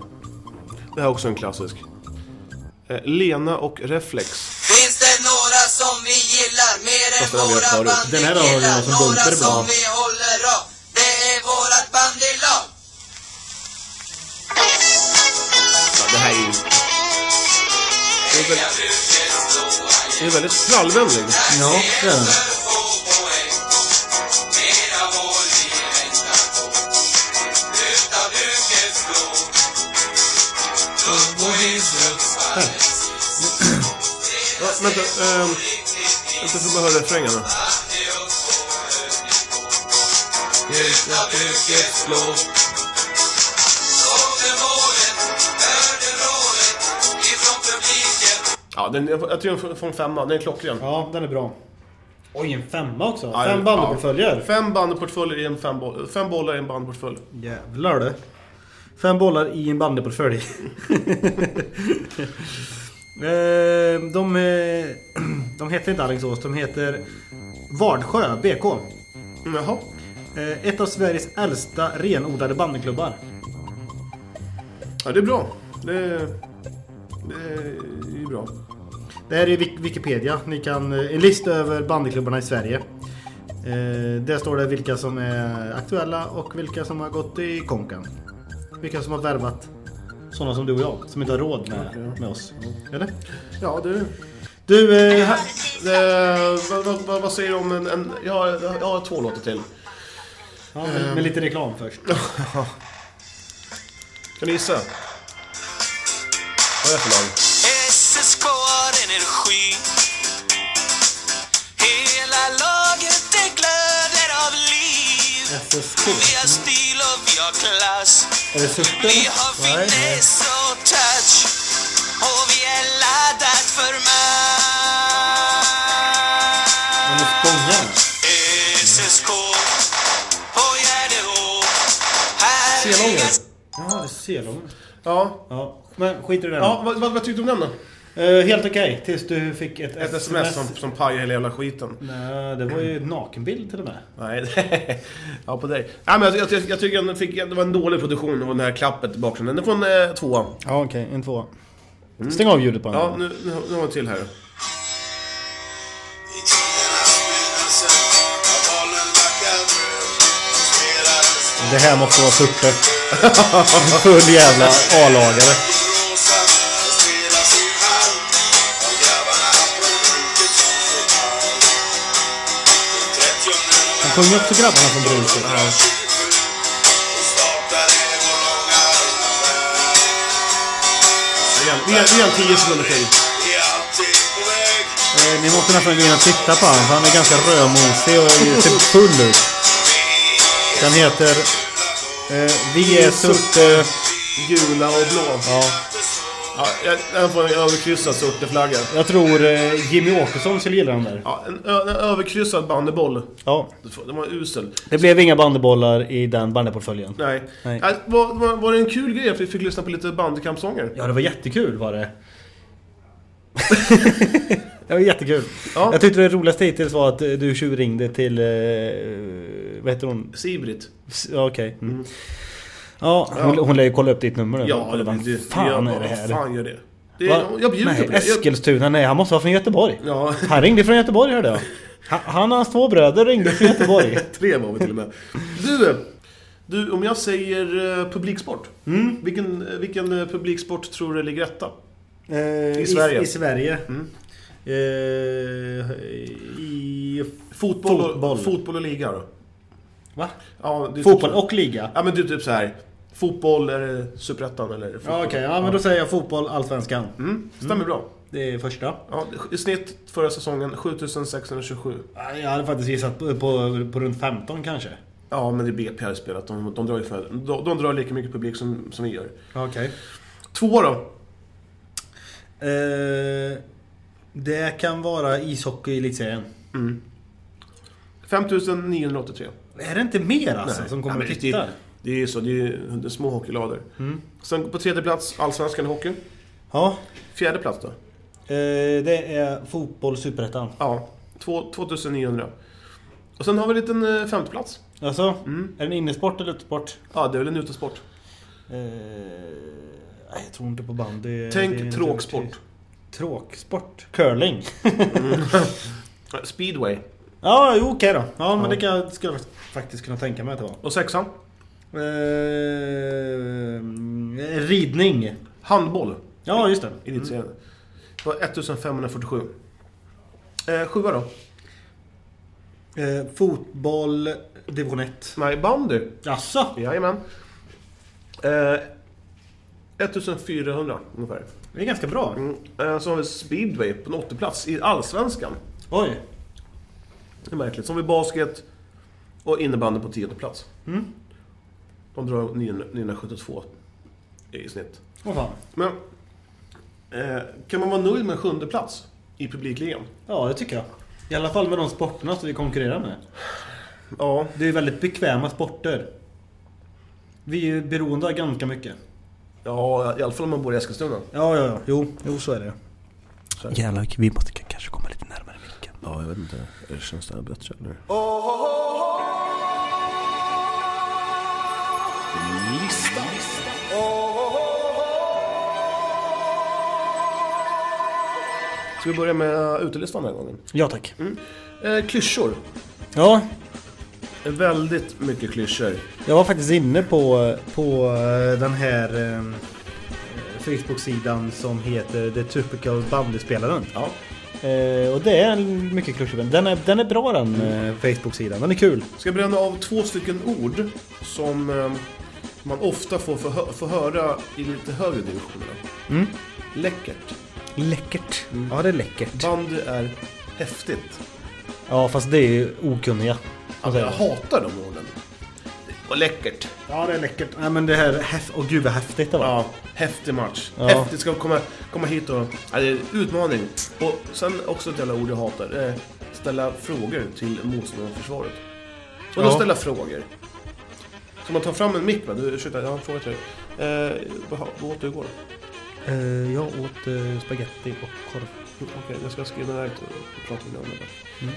Det här är också en klassisk. Eh, Lena och Reflex. Finns det några som vi gillar mer än Fast den har vi hört våra förut. Den här har vi bandykillar? som Några bunker ibland. som vi håller av, det är vårat bandylag. Ja, det här är ju... Det är väldigt, det är väldigt trallvänlig. Ja, det är den. Ja, vänta, ehm... Vänta, får bara höra refrängen då. Ja, den, jag, jag tycker den får en femma. Den är klockren. Ja, den är bra. Oj, en femma också. Ja, Fem ja. bandyportföljer. Fem bandyportföljer i en fem, boll, fem bollar i en bandyportfölj. Jävlar du. Fem bollar i en *laughs* bandyportfölj. Eh, de, eh, de heter inte Alingsås, de heter Vardsjö BK. Mm, Jaha. Eh, Ett av Sveriges äldsta renodlade bandyklubbar. Ja, det är bra. Det är, det är ju bra. Det här är Wik- Wikipedia. Ni kan, eh, en lista över bandyklubbarna i Sverige. Eh, Där står det vilka som är aktuella och vilka som har gått i konkan. Vilka som har värvat sådana som du och jag, som inte har råd med, med oss. Eller? Ja, du. Du, eh, här- Eh, vad, vad, vad, vad säger du om en... en jag, har, jag har två låtar till. Ja, med, med lite reklam först. Kan du gissa? Vad är det för lag? SSK har energi Hela laget det glöder av liv SSK? Vi har stil och vi har klass Är det Surte? Vi har finess och touch Och vi är laddat för match Men det är Spånga. SSK och Gärdeå Här ligger Jaha, det är Selången. Ja, Ja, men skit i det ja ja. vad, vad, vad tyckte du om den då? Helt okej, tills du fick ett, Ett sms som, som pajade hela jävla skiten. Nej, Eh, det var ju en nakenbild till och med. Nej, *laughs* ja på dig. Ja, men jag, jag, jag tycker den fick, det var en dålig produktion och den här klappet i bakgrunden. Den får en eh, tvåa. Ja, okej. en tvåa. Stäng av ljudet på den. Ja, nu, nu, har- nu har vi till här. I tidernas begynnelse av Holmen backar bröd spelades Det här måste vara Tuppe. *laughs* Full jävla A-lagare. i Råsa och spelas i Hall av grabbarna från brukets Södermalm. Den 30 Han sjunger också grabbarna från bruket. och startade vår långa affär. Det är en- Det är det är en 10 sekunder till. Vi är alltid på väg Eh, ni måste nästan gå in och titta på honom för han är ganska rödmosig och ser full ut. Den heter... Eh, vi är Surte... Gula och blå. Ja. Ja, jag- den får en överkryssad sorteflagga. Jag tror eh, Jimmy Åkesson skulle gilla den där. Ja, en, ö- en överkryssad bandyboll. Ja. Den var usel. Det blev inga bandybollar i den bandyportföljen. Nej. Nej. Ja, var, var, var det en kul grej att vi fick lyssna på lite bandykampsånger? Ja, det var jättekul var det. *laughs* det var jättekul. Ja. Jag tyckte det roligaste hittills var att eh, du tjuvringde till... Eh, vad heter hon? Sibrit. S- Ja, okej. Mm. Ja, hon, hon lär ju kolla upp ditt nummer nu. Ja, Kolla, det, det, vad det, fan jag, är det här? Vad fan gör det? det Va? jag, jag bjuder nej, på det. *laughs* Jag, Eskilstuna, nej han måste vara från Göteborg. *laughs* Ja. Han ringde från Göteborg hörde jag. Han, han och hans två bröder ringde från *laughs* Göteborg. tre var vi till och med. Du, du om jag säger eh, publiksport. Mm. Vilken, eh, vilken eh, publiksport tror du ligger etta? I Sverige. Eh, Mm. I Sverige. Eh, i... Fotboll, Fotboll. Och, fotboll och liga då? Va? Ja, det är Fotboll typ, och liga. Ja, men du typ så här. Fotboll, är det superettan eller? är det Ja, fotboll? okej. Ja, men då säger jag fotboll, allsvenskan. Mm, stämmer bra. Det är första. Ja, I snitt förra säsongen 7627. Jag hade faktiskt gissat på, på, på runt 15 kanske. Ja, men det är BP har spelat. De, de, drar, ju för, de, de drar lika mycket publik som, som vi gör. Okej. Två då? Eh, det kan vara ishockey i elitserien. 5983. Är det inte mer alltså som kommer Nej, och men tittar? Det, det är så, det är, det är små hockeylador. Mm. Sen på tredje plats, Allsvenskan i hockey. Ja. Fjärde plats då? Eh, det är fotboll, superettan. Ja, två- 2900. Och sen har vi en liten eh, femte plats. Alltså, Mm. är det en innesport eller utesport? Ja, det är väl en utesport. Eh, nej, jag tror inte på bandy. Det är Tänk inte- tråksport. Tråksport? Curling? *laughs* Speedway. ja, jo, okej då. Ja, men det kan, jag- skulle jag faktiskt kunna tänka mig att det var. Och sexan? Eh, ridning. Handboll. Ja, just det. I ditt mm. Det var 1547. Eh, sjua då? Eh, fotboll, division 1. Nej, bandy. Jaså? Jajamän. Eh, 1400 ungefär. Det är ganska bra. Mm. Eh, så har vi speedway på en åttondeplats i Allsvenskan. Oj. Det är märkligt. Så har vi basket och innebandy på tionde plats. De drar 900 972 i snitt. Vad fan. Men eh, kan man vara nöjd med en sjunde plats i publikligan? Ja, det tycker jag. I alla fall med de sporterna som vi konkurrerar med. Ja. Det är väldigt bekväma sporter. Vi är ju beroende av ganska mycket. Ja, i alla fall om man bor i Eskilstuna. Ja, ja, ja. Jo, jo så är det. Jävlar, vi måste k- kanske komma lite närmare micken. Ja, jag vet inte. Känns det här bättre nu? Ska vi börja med utelistan den här gången? Ja, tack. Eh, klyschor. Ja, Väldigt mycket klyschor. jag var faktiskt inne på, på eh, den här eh, Facebook-sidan som heter The Typical Bandyspelaren. Ja. Eh, och det är en- mycket klyschor. men Den är, den är bra den eh, Facebook-sidan. Den är kul. Ska jag bränna av två stycken ord som eh, man ofta får få, hö- få höra i lite högre divisioner. Mm. Läckert. Läckert. Mm. Ja, det är läckert. Bandy är häftigt. Ja, fast det är ju okunniga. Alltså, Jag hatar de orden. Och läckert. Ja, det är läckert. Nej, men det här... häf- Åh gud vad häftigt det var. Ja, häftig match. Ja. Häftigt ska komma, komma hit och... Ja, det är en utmaning. Och sen också ett jävla ord jag hatar. Eh, ställa frågor till motståndarförsvaret. Och då Ja. ställa frågor. Så man tar fram en mick med. Du, ursäkta, jag har en fråga till dig. Eh, vad, vad åt du igår? Eh, jag åt eh, spaghetti och korv. Mm, Okej, jag ska skriva ner det och prata med honom. Mm.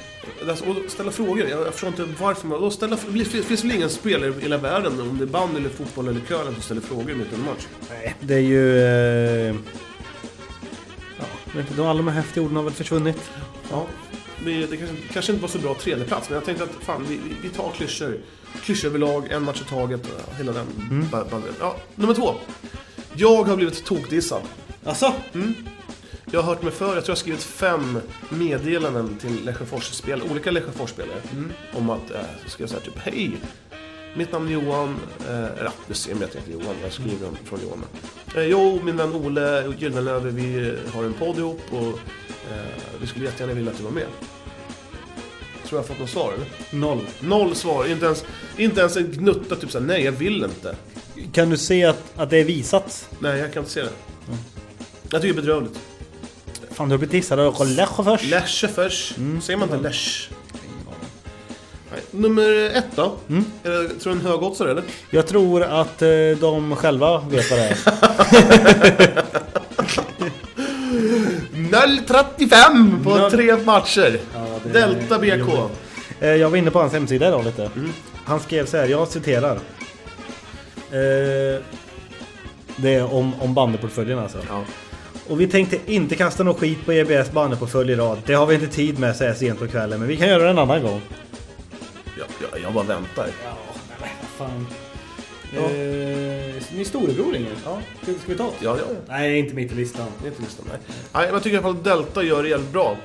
Alltså, och ställa frågor. Jag, jag förstår inte varför man... Och ställa, det finns väl ingen spelare i hela världen, om det är band eller fotboll eller curling, som ställer frågor mitt under match? Det är ju... Eh, Men de, alla de här häftiga orden har väl försvunnit? Ja. men Det kanske, kanske inte var så bra tredjeplats, men jag tänkte att fan, vi, vi- vi tar klyschor. Klyschor överlag, en match i taget, och hela den ba- bandbredden. Ja, nummer två. Jag har blivit tokdissad. Alltså? Jag har hört mig för, jag tror jag har skrivit fem meddelanden till Lesjöfors-spel, olika Lesjöfors-spelare. Om att, eh, så skrev jag så här typ, hej! Mitt namn är Johan, eh, eller ja, du ser mig att jag heter Johan, jag skriver om- från Johan. Eh, jag och min vän Ole Gyldenlöve, vi har en podd ihop och eh, vi skulle jättegärna vilja att du var med. Tror jag har fått något svar eller? Noll. Noll svar, inte ens, inte ens en gnutta typ såhär, nej jag vill inte. Kan du se att, att det är visat? Nej, jag kan inte se det. Jag tycker det är bedrövligt. Fan, du har blivit dissad av Lesjöfors. Lesjöfors. Säger man inte Lesch? Nej. Nummer ett då? Är det, tror du en högoddsare eller? Jag tror att eh, de själva vet vad det *laughs* är. 0,35 Mm. på Noll. tre matcher! det- Delta BK. Eh, Jag var inne på hans hemsida idag lite. Han skrev så här, jag citerar. Eh, Det är om, om bandyportföljen alltså. Ja. Och vi tänkte inte kasta någon skit på E EBS bandyportfölj idag. Det har vi inte tid med så här sent på kvällen, men vi kan göra det en annan gång. Jag, jag, jag bara väntar. Fan. Ni storebror ringer. Ja. Ska, vi ta det? Ja, ja. Nej, inte mitt i listan. Det är inte listan, nej. nej, men jag tycker i alla fall att Delta gör det jävligt bra.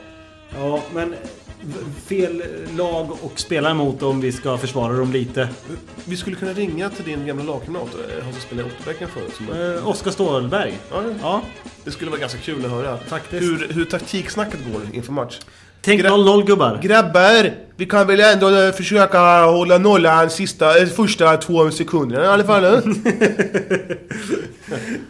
Ja, men v- fel lag och spela mot om vi ska försvara dem lite. Vi skulle kunna ringa till din gamla lagkamrat, eh, han som spelade i Otterbäcken förut. Som Eh, Oskar Stålberg. ja, ja. Ja. det skulle vara ganska kul att höra Faktiskt. hur, hur taktiksnacket går inför match. Tänk Gra- 0-0 gubbar. Grabbar, vi kan väl ändå eh, försöka hålla nollan sista, eh, första två sekunderna i alla *laughs* fall. eh?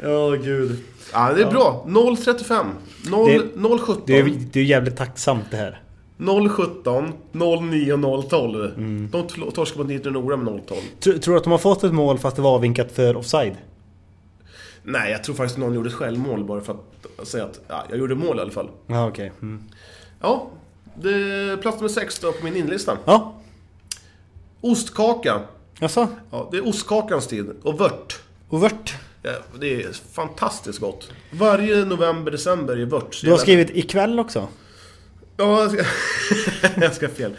Ja, gud. ja, det är bra. 0.35, 0, Det- 0.17, Det är, det är jävligt tacksamt det här. 0.17, 0.9 och 0.12. Mm. De tl- torskar mot Nitro Nora med 0.12. Tror, tror du att de har fått ett mål fast det var avvinkat för offside? Nej, jag tror faktiskt någon gjorde ett självmål bara för att säga att ja, jag gjorde mål i alla fall. Ja, okej. Mm. Ja, det är plats nummer 6 då på min inlista. Ja, Ostkaka. jaså? Ja, det är ostkakans tid och vört. Overt. Ja, det är fantastiskt gott. Varje november, december är vört. Så Du har jävla- skrivit ikväll också? Ja, jag ska, *laughs* jag ska fel.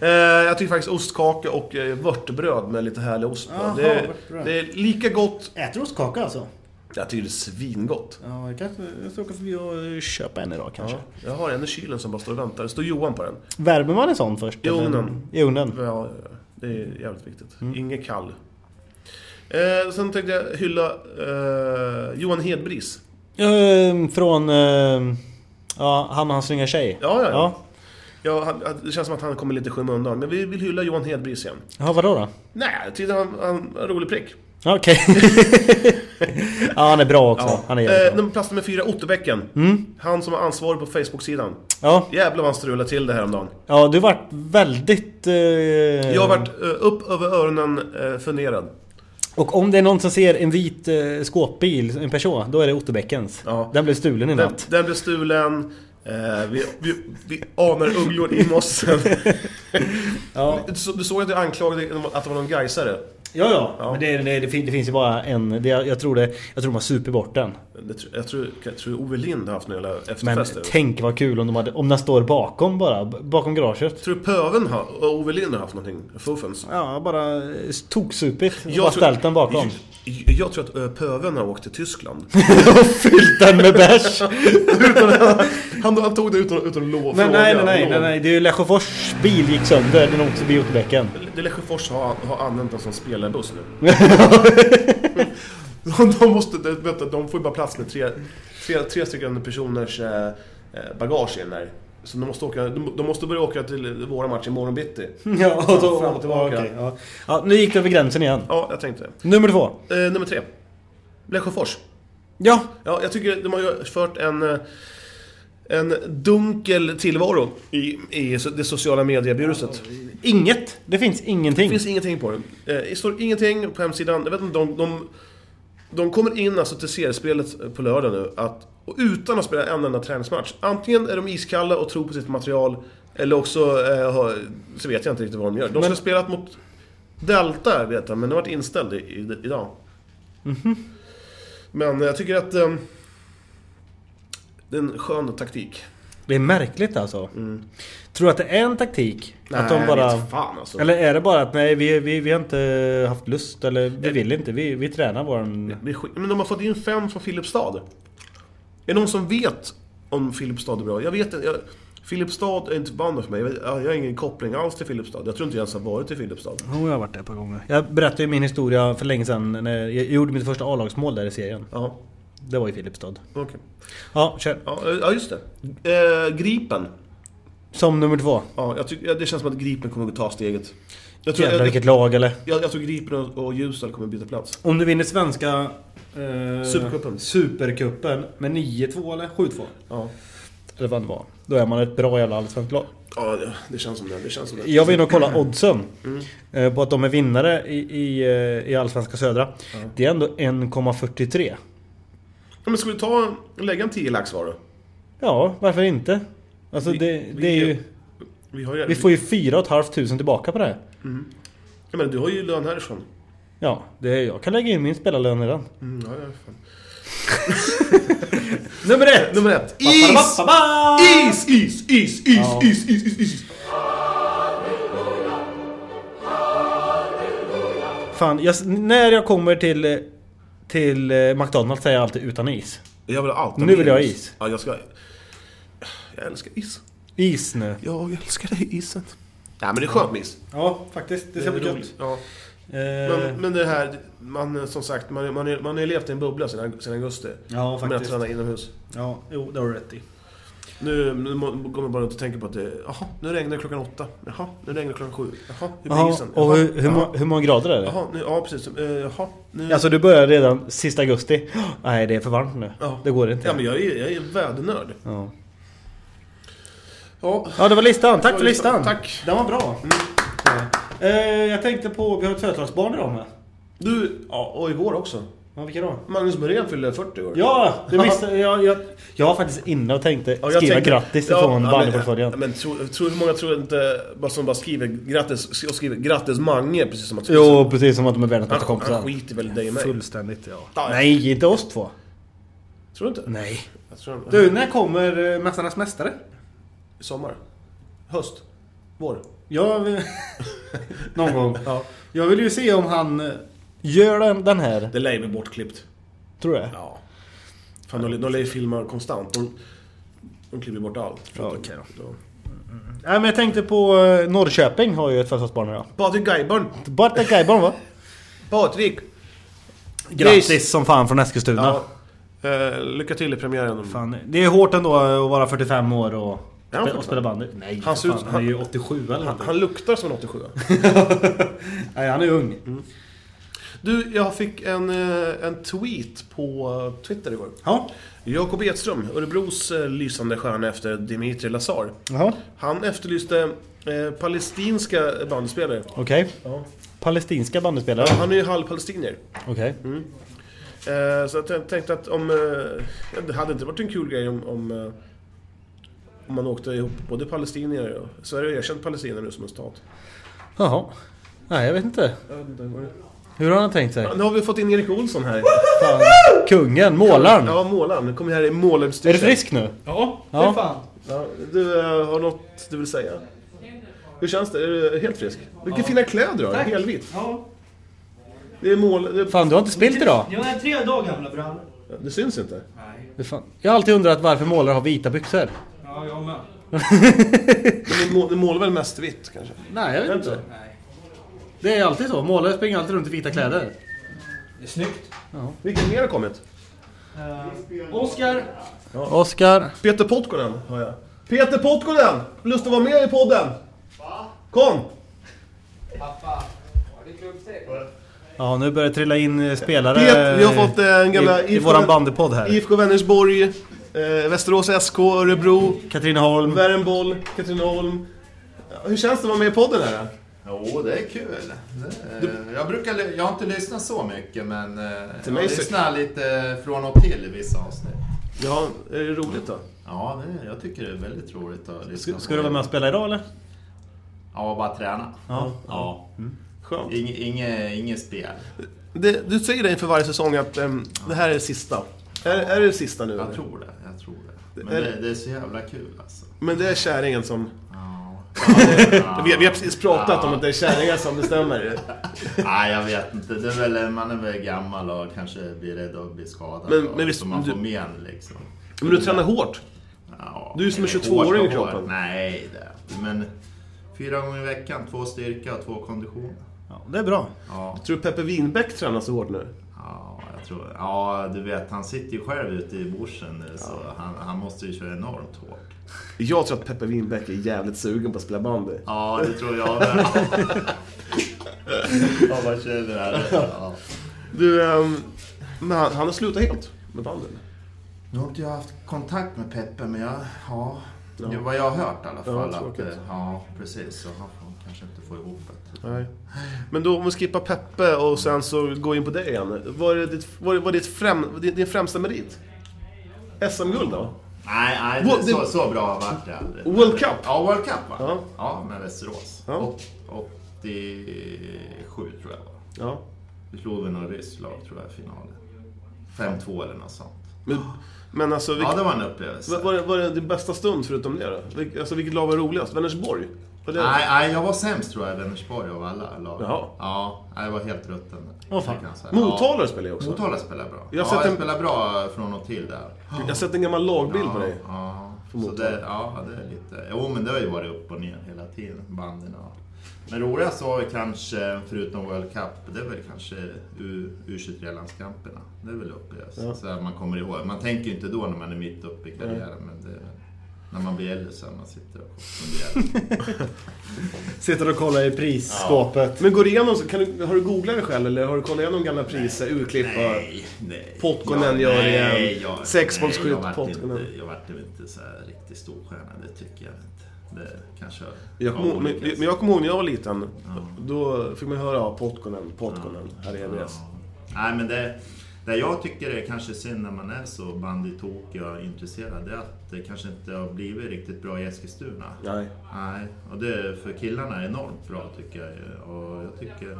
Eh, jag tycker faktiskt ostkaka och eh, vörtbröd med lite härlig ost på. Jaha, det, är, vörtbröd. det är lika gott. Äter ostkaka alltså? Jag tycker det är svingott. Ja, jag, kan, jag ska åka förbi och eh, köpa en idag kanske. Ja, jag har en i kylen som bara står och väntar. Det står Johan på den. Värmer man en sån först? I eller? ugnen. I ugnen? Ja, ja, ja. det är jävligt viktigt. Mm. Ingen kall. Eh, sen tänkte jag hylla eh, Johan Hedbris. Ehm, från... ehm, ja, han och hans snygga tjej? Ja, ja, ja. ja. Ja, han, det känns som att han kommer lite i skymundan. Men vi vill hylla Johan Hedbris igen. Ja, vadå då? Nej, jag tyckte han han var en rolig prick. Ja, *laughs* Okej. ja, han är bra också. Han är jävligt eh, bra. Mm. nummer plats nummer fyra, Otterbäcken. Han som var ansvarig på Facebook-sidan. Ja, Jävlar vad han strulade till det här om dagen. ja du vart väldigt... Eh, Jag har varit eh, upp över öronen eh, funderad. Och om det är någon som ser en vit eh, skåpbil, en Peugeot, då är det Otterbäckens. Ja. Den blev stulen i Den, natt. den blev stulen. Eh, vi, vi, vi anar ugglor i mossen. *laughs* Ja. Så, du såg att jag anklagade att det var någon gaisare. Ja, ja. Ja. Men det, det, det, fin- det finns ju bara en. Det, jag, tror det, jag tror de har super bort den. Det tr- Jag tror, jag tror Ove Lind har haft några jävla Men efterfest. där. tänk vad kul om, de hade, om den står bakom bara. b- Bakom garaget. Tror du Pöven har, och Ove Lind har haft någonting? Fuffens? Ja, bara eh, toksupigt. Jag bara tror- ställt den *laughs* bakom. Jag, jag tror att eh, Pöven har åkt till Tyskland. Och fyllt den med bärs. Han, han tog det utan, utan att lova. Men nej, nej, fråga. nej, nej, nej. Det är ju Lesjöfors bil gick sönder. Den åkte förbi Otterbäcken. Det Lesjöfors har, har använt den som spelarbuss nu. de, de, måste, de, vänta, de får ju bara plats med tre, tre, tre stycken personers eh, eh, bagage i den där. Så de måste, åka, de, de måste börja åka till våra matcher imorgon bitti. Ja, *laughs* och så, Fram och tillbaka. okej, ja. ja, nu gick det över gränsen igen. Ja, jag tänkte Nummer två. det. Eh, nummer tre. Lesjöfors. Ja. Ja, jag tycker de har ju fört en, eh, en dunkel tillvaro i, i so- det sociala mediebruset. Inget. Det finns ingenting. Det finns ingenting på den. Eh, Det står ingenting på hemsidan. Jag vet inte, de, de, de kommer in alltså till seriespelet på lördag nu att, och utan att spela en enda träningsmatch. Antingen är de iskalla och tror på sitt material, eller också eh, har, så vet jag inte riktigt vad de gör. De skulle ha spelat mot Delta, vet jag, men de har varit inställd i, i, Mhm. idag. Men jag tycker att... Eh, ehm, Det är en skön taktik. Det är märkligt alltså. Tror du att det är en taktik? att de Nej, bara... vet fan alltså. Eller är det bara att nej, vi, vi, vi har inte haft lust eller vi vill inte. Vi, vi tränar våran... Det är skit. Men de har fått in fem från Filipstad. Är det någon som vet om Filipstad är bra? Jag vet inte. Jag... Filipstad är inte bandet för mig. Jag, vet, jag har ingen koppling alls till Filipstad. Jag tror inte jag ens har varit i Filipstad. Jo, jag har varit där ett par gånger. Jag berättade ju min historia för länge sedan när jag gjorde mitt första A-lagsmål där i serien. Ja, Det var i Filipstad. okej. Ja, kör. Ja, eh, ja, just det. Eh, gripen. Som nummer två. Ja, jag tycker, ja, det känns som att Gripen kommer att ta steget. Jag tror, Jävlar jag, jag, vilket lag eller? jag, jag tror Gripen och, och Ljusdal kommer att byta plats. Om du vinner svenska... Eh, Supercupen. Supercupen med 9-2 eller 7-2. Ja, Eller vad det var. Då är man ett bra jävla allsvenskt lag. ja det, det känns som det. det, känns som det. Jag vill nog Mm. kolla oddsen. eh, På att de är vinnare i, i, eh, i Allsvenska Södra. Det är ändå 1,43. Ja, men ska vi ta, lägga en 10 lax var då? Ja, varför inte? Alltså Vi- det, vi- det är ju... Vi, har ju, Vi får ju 4 500 tillbaka på det här. ja, men du har ju lön härifrån. Ja, det är, jag kan lägga in min spelarlön i den. Mm, ja, ja, fan. *laughs* Nummer ett! Nummer ett. Is! Is! Is, is, is, is, Ja. is, is, is, is, is. Fan, jag, när jag kommer till, eh, till eh, McDonalds säger jag alltid utan is. Jag vill ha allt. Nu vill jag ha is. Ja, jag ska... Jag älskar is. Is nu. Jag älskar dig, isen. Nej, men det är skönt med is. Ja, faktiskt. Det ska bli gött. Ja. Eh, Men, men det här, man, som sagt, man, man, är- man har ju levt i en bubbla sedan, sedan augusti. Ja, Med att faktiskt. träna inomhus. Ja, jo, det har du rätt i. Nu, nu må- går man bara runt och tänker på att det, jaha, nu regnar det klockan åtta. Jaha, nu regnar det klockan sju. Jaha, hur blir Ja, isen? Jaha, och hur, hur, jaha, må- hur många grader är det? Jaha, nu, ja precis. Eh, Jaha, nu... Alltså du börjar redan sista augusti. Nej, det är för varmt nu. Ja. Det går inte. ja, men jag är, jag är vädernörd. Ja. Ja, Ja, det var listan. Tack var för listan. listan. Tack. Mm. Den var bra. Eh, jag tänkte på, vi har ett födelsedagsbarn idag med. du, ja, och igår också. Ja, vilka då? Magnus Muren fyllde 40 igår. Ja, det missade jag. Jag, jag var faktiskt inne och tänkte Ja, jag skriva tänkte- grattis ja, ifrån ja, bandyportföljen. Men, men tror, tror, hur många tror inte, bara som bara skriver grattis, och skriver grattis Mange, precis som att Jo, precis som att de är världens han, bästa han, kompisar. skiter väl i dig och mig. Fullständigt ja. Ja. Nej, inte oss två. Tror du inte? Nej. Jag tror han, Du, när kommer eh, Mästarnas Mästare? Sommar? Höst? Vår? Jag *laughs* vill... Någon gång. Jag vill ju se om han eh, gör den, den här. Det lär ju bli bortklippt. Tror jag. Ja. Fan, de, de lär ju filma konstant. De, de klipper bort allt. Ja, okej då. Ja. Nej, men jag tänkte på eh, Norrköping har ju ett födelsedagsbarn idag. Patrik Gaiborn! Bartek Gaiborn *laughs* va? Patrik! Grattis som fan från Eskilstuna. Ja. Eh, lycka till i premiären. Fan, det är hårt ändå att vara 45 år och, han spe, 45? och spela bandy. Nej, Han han, ser fan, ut- han är ju 87 eller Han, någonting. han luktar som en 87 Nej, han är ung. Mm. Du, jag fick en, eh, en tweet på eh, Twitter igår. Ja. Jakob Edström, Örebros eh, lysande stjärna efter Dimitri Lazar. Jaha. Han efterlyste eh, palestinska bandspelare. Okej. Ja. Palestinska bandyspelare. Han Mm. är ju halvpalestinier. Okej. Eh, Så jag tän- tänkte att om... eh, ja, Det hade inte varit en kul grej om... Om, eh, om man åkte ihop både palestinier och... Sverige har erkänt Palestina nu som en stat. Jaha. Nej, jag vet inte. Hur har han tänkt *laughs* sig? Ja, Nu har vi fått in Erik Olsson här. Fan. Kungen, målaren. Ja, målaren. Nu kommer här i målarstyrsel. Är du frisk nu? Ja. Ja. ja. Du eh, har något du vill säga? Hur känns det? Är du helt frisk? Vilka fina kläder du har. Helvitt. Ja, Det är mål... Det, Fan, du har inte spilt idag. jag är tre dagar gamla brallor. det syns inte. Hur Fan. Jag har alltid undrat varför målare har vita byxor. Ja, jag med. Men må- Du målar väl mest vitt kanske? *laughs* Nej, jag vet inte. Det är alltid så. Målare springer alltid runt i vita kläder. Det är snyggt. Vilken mer har kommit? Uh, Oskar! Oskar. Peter Potkonen har jag. Peter Potkonen! Lust att vara med i podden? Va? Kom! Ja, nu börjar det trilla in eh, spelare Pet, vi har fått eh, en gamla i, i våran bandypodd här. IFK Vänersborg, eh, Västerås SK, Örebro, Katrineholm. Värmboll, Katrineholm. Ja, Hur känns det att vara med i podden här? då? Jo, det är kul. Det, jag, brukar, li- jag har inte lyssnat så mycket, men eh, Till jag mig så- lyssnar lite från och till i vissa avsnitt. Ja, är det roligt då? Ja, det, jag tycker det är väldigt roligt att lyssna Ska, på ska du vara er. med och spela idag eller? Ja, bara träna. Ja. Ja. Skönt. Inge- Inge, inget spel. Det, du säger det inför varje säsong att ehm, det här är det sista. Är, är det det sista nu? Jag eller? tror det. Jag tror det. Men det, det är så jävla kul alltså. Men det är kärringen som... Ja. vi, vi har precis pratat om att det är kärringar som bestämmer. *laughs* Nej, jag vet inte. Det är väl, man är väl gammal och kanske blir rädd att bli skadad. Men- och- men visst, så man du- får men liksom. Men du tränar hårt. Ja, Du är som en det är 22-åring i hårt och hårt. kroppen. Nej, det är inte. Men fyra gånger i veckan, två styrka och två kondition. Ja, det är bra. Ja. Tror du Peppe Winbäck tränar så hårt nu? Ja, jag tror, ja, du vet, han sitter ju själv ute i bushen nu så han, han måste ju köra enormt hårt. Jag tror att Peppe Winbäck är jävligt sugen på att spela bandy. Ja, det tror jag *laughs* med. ja, vad känner jag? Ja. Du, ehm, men han, han har slutat helt med banden. Nu har inte jag haft kontakt med Peppe, men jag, ja, det är vad jag har hört i alla Ja, fall. att, tråkigt. eh, ja precis. Så han får kanske inte få ihop det. Nej. Men då om vi skippar Peppe och sen så går in på dig igen. Vad är ditt, vad är, vad är ditt främ, din, din främsta merit? SM-guld då? Nej, nej Wo- det, så, det- så bra vart det aldrig. World Cup? Ja, World Cup va? Ja. Ja, med Västerås. Ja. Åt- 87 tror jag va? Ja. Vi slog väl något ryskt lag tror jag i finalen. 5-2 eller något sånt. Men, men alltså, vilk, Ja, det var en upplevelse. vad, vad är, vad är din bästa stund förutom det då? Vilk, alltså, vilket lag var roligast? Vänersborg? Var det- Nej, nej, jag var sämst tror jag i Vänersborg av alla lag. Jaha. Ja, nej, jag var helt rutten. där. Åh, fan. Det kan jag säga. Motala Ja. spelar jag också. Motala spelar bra. Jag har ja, sett jag en- spelar bra från och till där. Jag har sett en gammal lagbild på dig. Ja, Från så Motala. det, ja, det är lite... Jo, men det har ju varit upp och ner hela tiden, banden. Och... Men roligast var väl kanske, förutom World Cup, det är väl kanske U- U23-landskamperna. Det är väl upplevelse Ja. så här man kommer ihåg. Man tänker ju inte då när man är mitt uppe i karriären, men det är väl... När man blir äldre så här, man sitter *laughs* och funderar. Sitter och kollar i prisskåpet. Men går du igenom, så kan du, har du googlat det själv eller har du kollat igenom gamla priser, urklipp? och- Nej, nej. Potkonen gör det igen. nej, jag- Sexbollsskytt, nej, jag vart Potkonen. inte- Jag vart ju inte så här riktigt storstjärna, det tycker jag inte. Det kanske... Jag har kommer ihåg- men, olika- men jag kommer ihåg när jag var liten. Då fick man höra av Potkonen, Potkonen, här i EBS. Nej, men det, det jag tycker är kanske synd när man är så bandytokig och intresserad, det är att det kanske inte har blivit riktigt bra i Eskilstuna. Nej. Nej, och det är för killarna är enormt bra tycker jag ju. Och jag tycker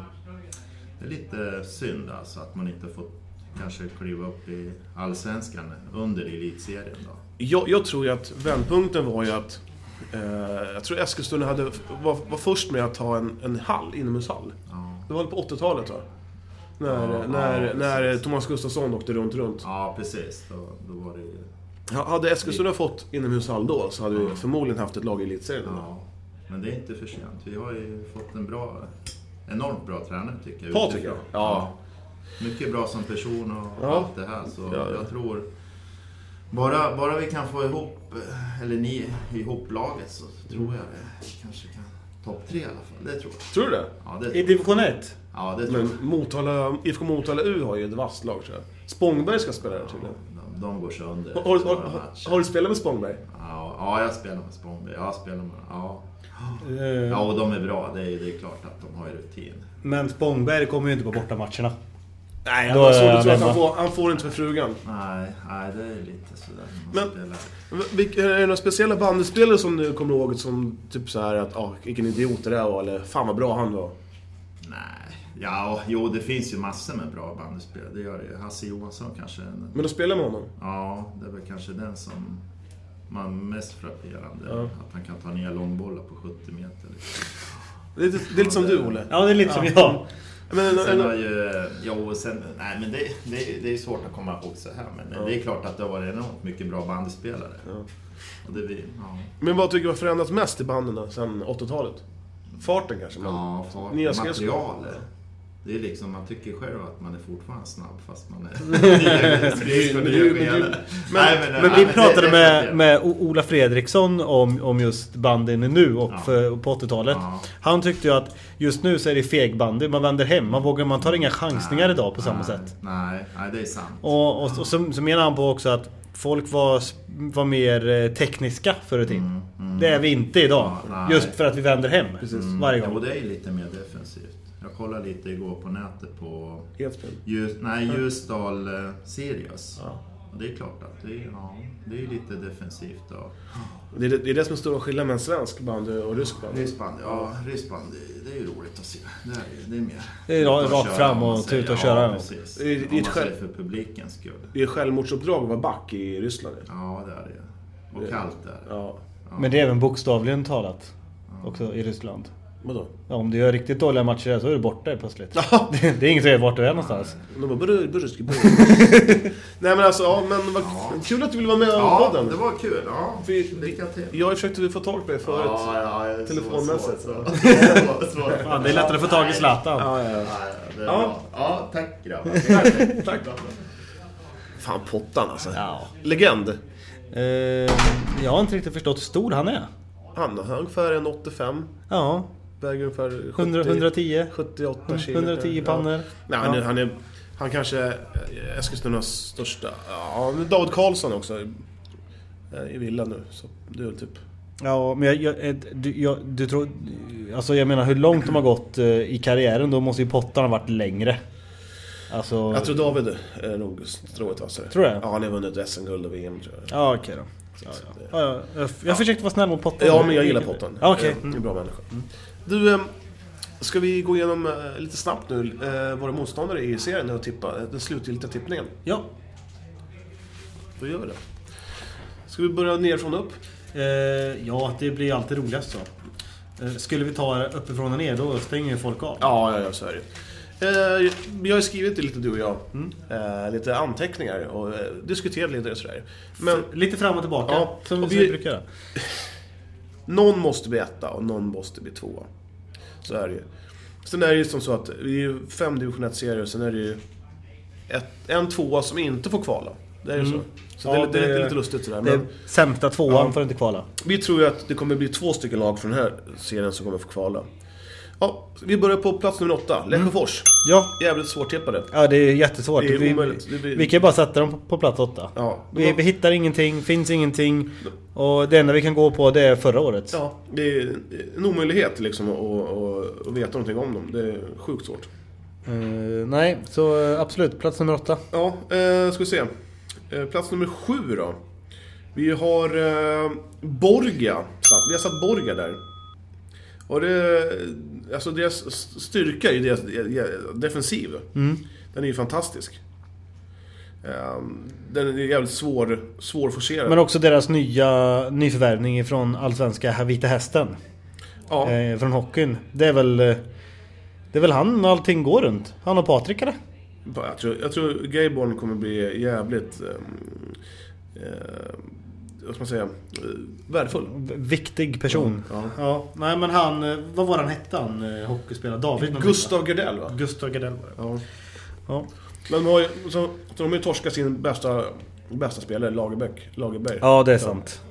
det är lite synd alltså att man inte fått kanske kliva upp i Allsvenskan under elitserien då. Jag, jag tror ju att vändpunkten var ju att eh, jag tror Eskilstuna hade, var, var först med att ha en, en hall, inomhushall. Ja, Det var väl på 80-talet va? När, Ja, när, ja, när precis. Thomas Gustafsson åkte runt, runt. ja precis. Då, då var det ju... Ha- Hade Eskilstuna fått inomhushall då så hade vi förmodligen haft ett lag i elitserien. Ja. Ja. Men det är inte för sent. Vi har ju fått en bra, enormt bra tränare tycker jag. Patrik, utifrån. ja. Mycket bra som person och Ja. allt det här. Så Ja, ja. jag tror... Bara, bara vi kan få ihop, eh, eller ni, ihop laget så tror jag det. Vi kanske kan topp tre i alla fall. Det tror jag. Tror du det? Ja, det I tror jag. division 1? Ja, det tror jag. Men Motala, IFK Motala U har ju ett vasst lag tror jag. Spångberg ska spela där tydligen. De, de går sönder. Har, har, Några matcher. har, har du spelat med Spångberg? ja, ja, jag spelar med Spångberg. Jag spelar med... Ja. Eh, ja, och de är bra. Det är, det är klart att de har ju rutin. Men Spångberg kommer ju inte på bortamatcherna. Nej, Då är han, så, jag tror att han, hemma. får, han får inte för frugan. Nej, nej, det är lite sådär. Man Men- spelar. Vilka, är det några speciella bandespelare som du kommer ihåg som typ så här att ah, vilken idiot det där var eller fan vad bra han var? Nej, ja, jo det finns ju massor med bra bandyspelare. Det gör det ju. Hasse Johansson kanske. är en- Men då spelar man honom. Ja, det är väl kanske den som man mest frapperande. Ja. Att han kan ta ner långbollar på 70 meter. Liksom. Det är, lite- det är lite som du Olle. Ja, det är lite som jag. Men, en, Sen en, har ju, jo, sen, nej men det, det, det är svårt att komma ihåg så här. Men det är klart att det har varit enormt mycket bra bandyspelare. Och det vi, ja. men vad tycker du har förändrats mest i banden då, sen 80-talet? Farten kanske? Men, Ja, fart, Nya skridskor. materialet. Det är liksom, man tycker själv att man är fortfarande snabb fast man är... *laughs* Nya skridskor, men nya du- men du- skidor. men- Nej, nej, Men nej, vi det- pratade det- med, det- med O- Ola Fredriksson om, om just bandyn nu och för, på 80-talet. Ja. Han tyckte ju att just nu så är det fegbandy. Man vänder hem. Man vågar, man tar inga chansningar idag på samma nej, sätt. Nej, nej, det är sant. Och, och, och så, så menar han på också att folk var, var mer eh, tekniska förr i tiden. Det är vi inte idag. Ja, nej. just för att vi vänder hem Mm. varje gång. Jo, det är lite mer defensivt. Jag kollade lite igår på nätet på helt spel. Ljus, nej, Ljusdal eh, Sirius. Och det är klart att det är, ja, det är lite defensivt. Då. Det, är, det är det som är stora skillnaden mellan svensk bandy och rysk bandy. Ryssband, ja, ryssband, det- det är ju roligt att se. Det är, det är mer... Det är ra- Ut rakt köra, fram om man och säger. tuta och köra. Ja, precis. Det är- det är Om ett man själv- säger för publikens skull. Det är självmordsuppdrag att vara back i Ryssland. Ja, det är det. Och kallt där. Ja. Men det är även bokstavligen talat. Också i Ryssland. Vadå? Ja, om du gör riktigt dåliga matcher där så är du borta helt plötsligt. *laughs* det, det är inget att vart du är någonstans. De bara "Brr, brr, brr." *laughs* Nej men alltså, ja, men vad kul att du ville vara med Ja, podden. det var kul. Ja, lycka till. Jag försökte få tag på dig förut. Ja, ja, det är så telefonmässigt. svårt. *laughs* så. Svårt, svårt. Fan, det är lättare att få tag i Zlatan. Ja, ja, ja. Ja, det är Ja. bra. ja tack grabbar. Tack. Fan Pottan alltså. Legend. Eh, jag har inte riktigt förstått hur stor han är. Han har ungefär 1,85. Ja, Väger ungefär 70, 100, 110. 78 kilo. 110 pannor. Ja. Nej, han, är, Ja. han, är, han kanske är Eskilstunas största. Ja, men David Karlsson också. eh, I villa nu. Så det är väl typ... Ja, men jag, jag, eh, du, jag, du tror... Alltså jag menar hur långt de har gått eh, i karriären, då måste ju pottarna ha varit längre. Alltså... Jag tror David är nog strået vassare. Tror du det? Ja, han har vunnit SM-guld och VM tror jag. Ja, okej då. Ja, ja. eh, Ja, ja. Jag, jag försökte vara snäll mot pottan. Ja, men jag gillar Pottan. Ja, okej. Mm. Eh, En bra människa. Du, eh, ska vi gå igenom eh, lite snabbt nu eh, våra motståndare i serien och tippa eh, den slutgiltiga tippningen? Ja. Då gör vi det. Ska vi börja nerifrån och upp? Eh, ja, det blir alltid roligast så. Eh, skulle vi ta uppifrån och ner, då stänger ju folk av. Ja, ja, ja så är det. Eh, Vi har ju skrivit det lite du och jag. Mm. Eh, Lite anteckningar och eh, diskuterat lite och sådär. Men Lite fram och tillbaka, Ja, som och vi, vi- brukar göra. någon måste bli etta och någon måste bli tvåa. Så är det ju. Sen är det ju som så att vi är ju fem division 1-serier och sen är det ju ett, en tvåa som inte får kvala. Det är ju så. Så Mm. Ja, det, är lite- det är det- lite, lite lustigt sådär. Det Men sämsta tvåan Ja. får inte kvala. vi tror ju att det kommer bli två stycken lag från den här serien som kommer få kvala. Ja, vi börjar på plats nummer åtta, Lesjöfors. Ja. Jävligt svårtippade. Ja, det är jättesvårt. Det är vi, omöjligt. Det blir- vi kan ju bara sätta dem på, på plats åtta. Ja, de Vi, har- vi hittar ingenting, finns ingenting. Och det enda vi kan gå på det är förra årets. Ja, det är en omöjlighet liksom att, att, att veta någonting om dem. Det är sjukt svårt. Eh, nej, så eh, absolut. Plats nummer åtta. Ja, eh, ska vi se. Eh, plats nummer sju då. Vi har eh, Borgia. satt. Vi har satt Borgia där. Och det, alltså deras s- styrka är ju deras eh, defensiv. Den är ju fantastisk. Eh, den är jävligt svår, svårforcerad. Men också deras nya nyförvärvning från Allsvenska Vita Hästen. ja. Eh, från hockeyn. Det är väl... eh, Det är väl han allting går runt. Han och Patrik eller? Jag tror, jag tror Gayborn kommer bli jävligt... Eh, eh, vad ska man säga? Eh, värdefull. V- Viktig person. Ja, ja. nej men han... eh, Vad var han hette han eh, hockeyspelare? David någonting, Gustav Gardell va? va? Gustav Gardell var det. Ja. Ja. Men de har ju, så, så de har ju torskat sin bästa, bästa spelare, Lagerbäck, Lagerberg. ja, det är sant.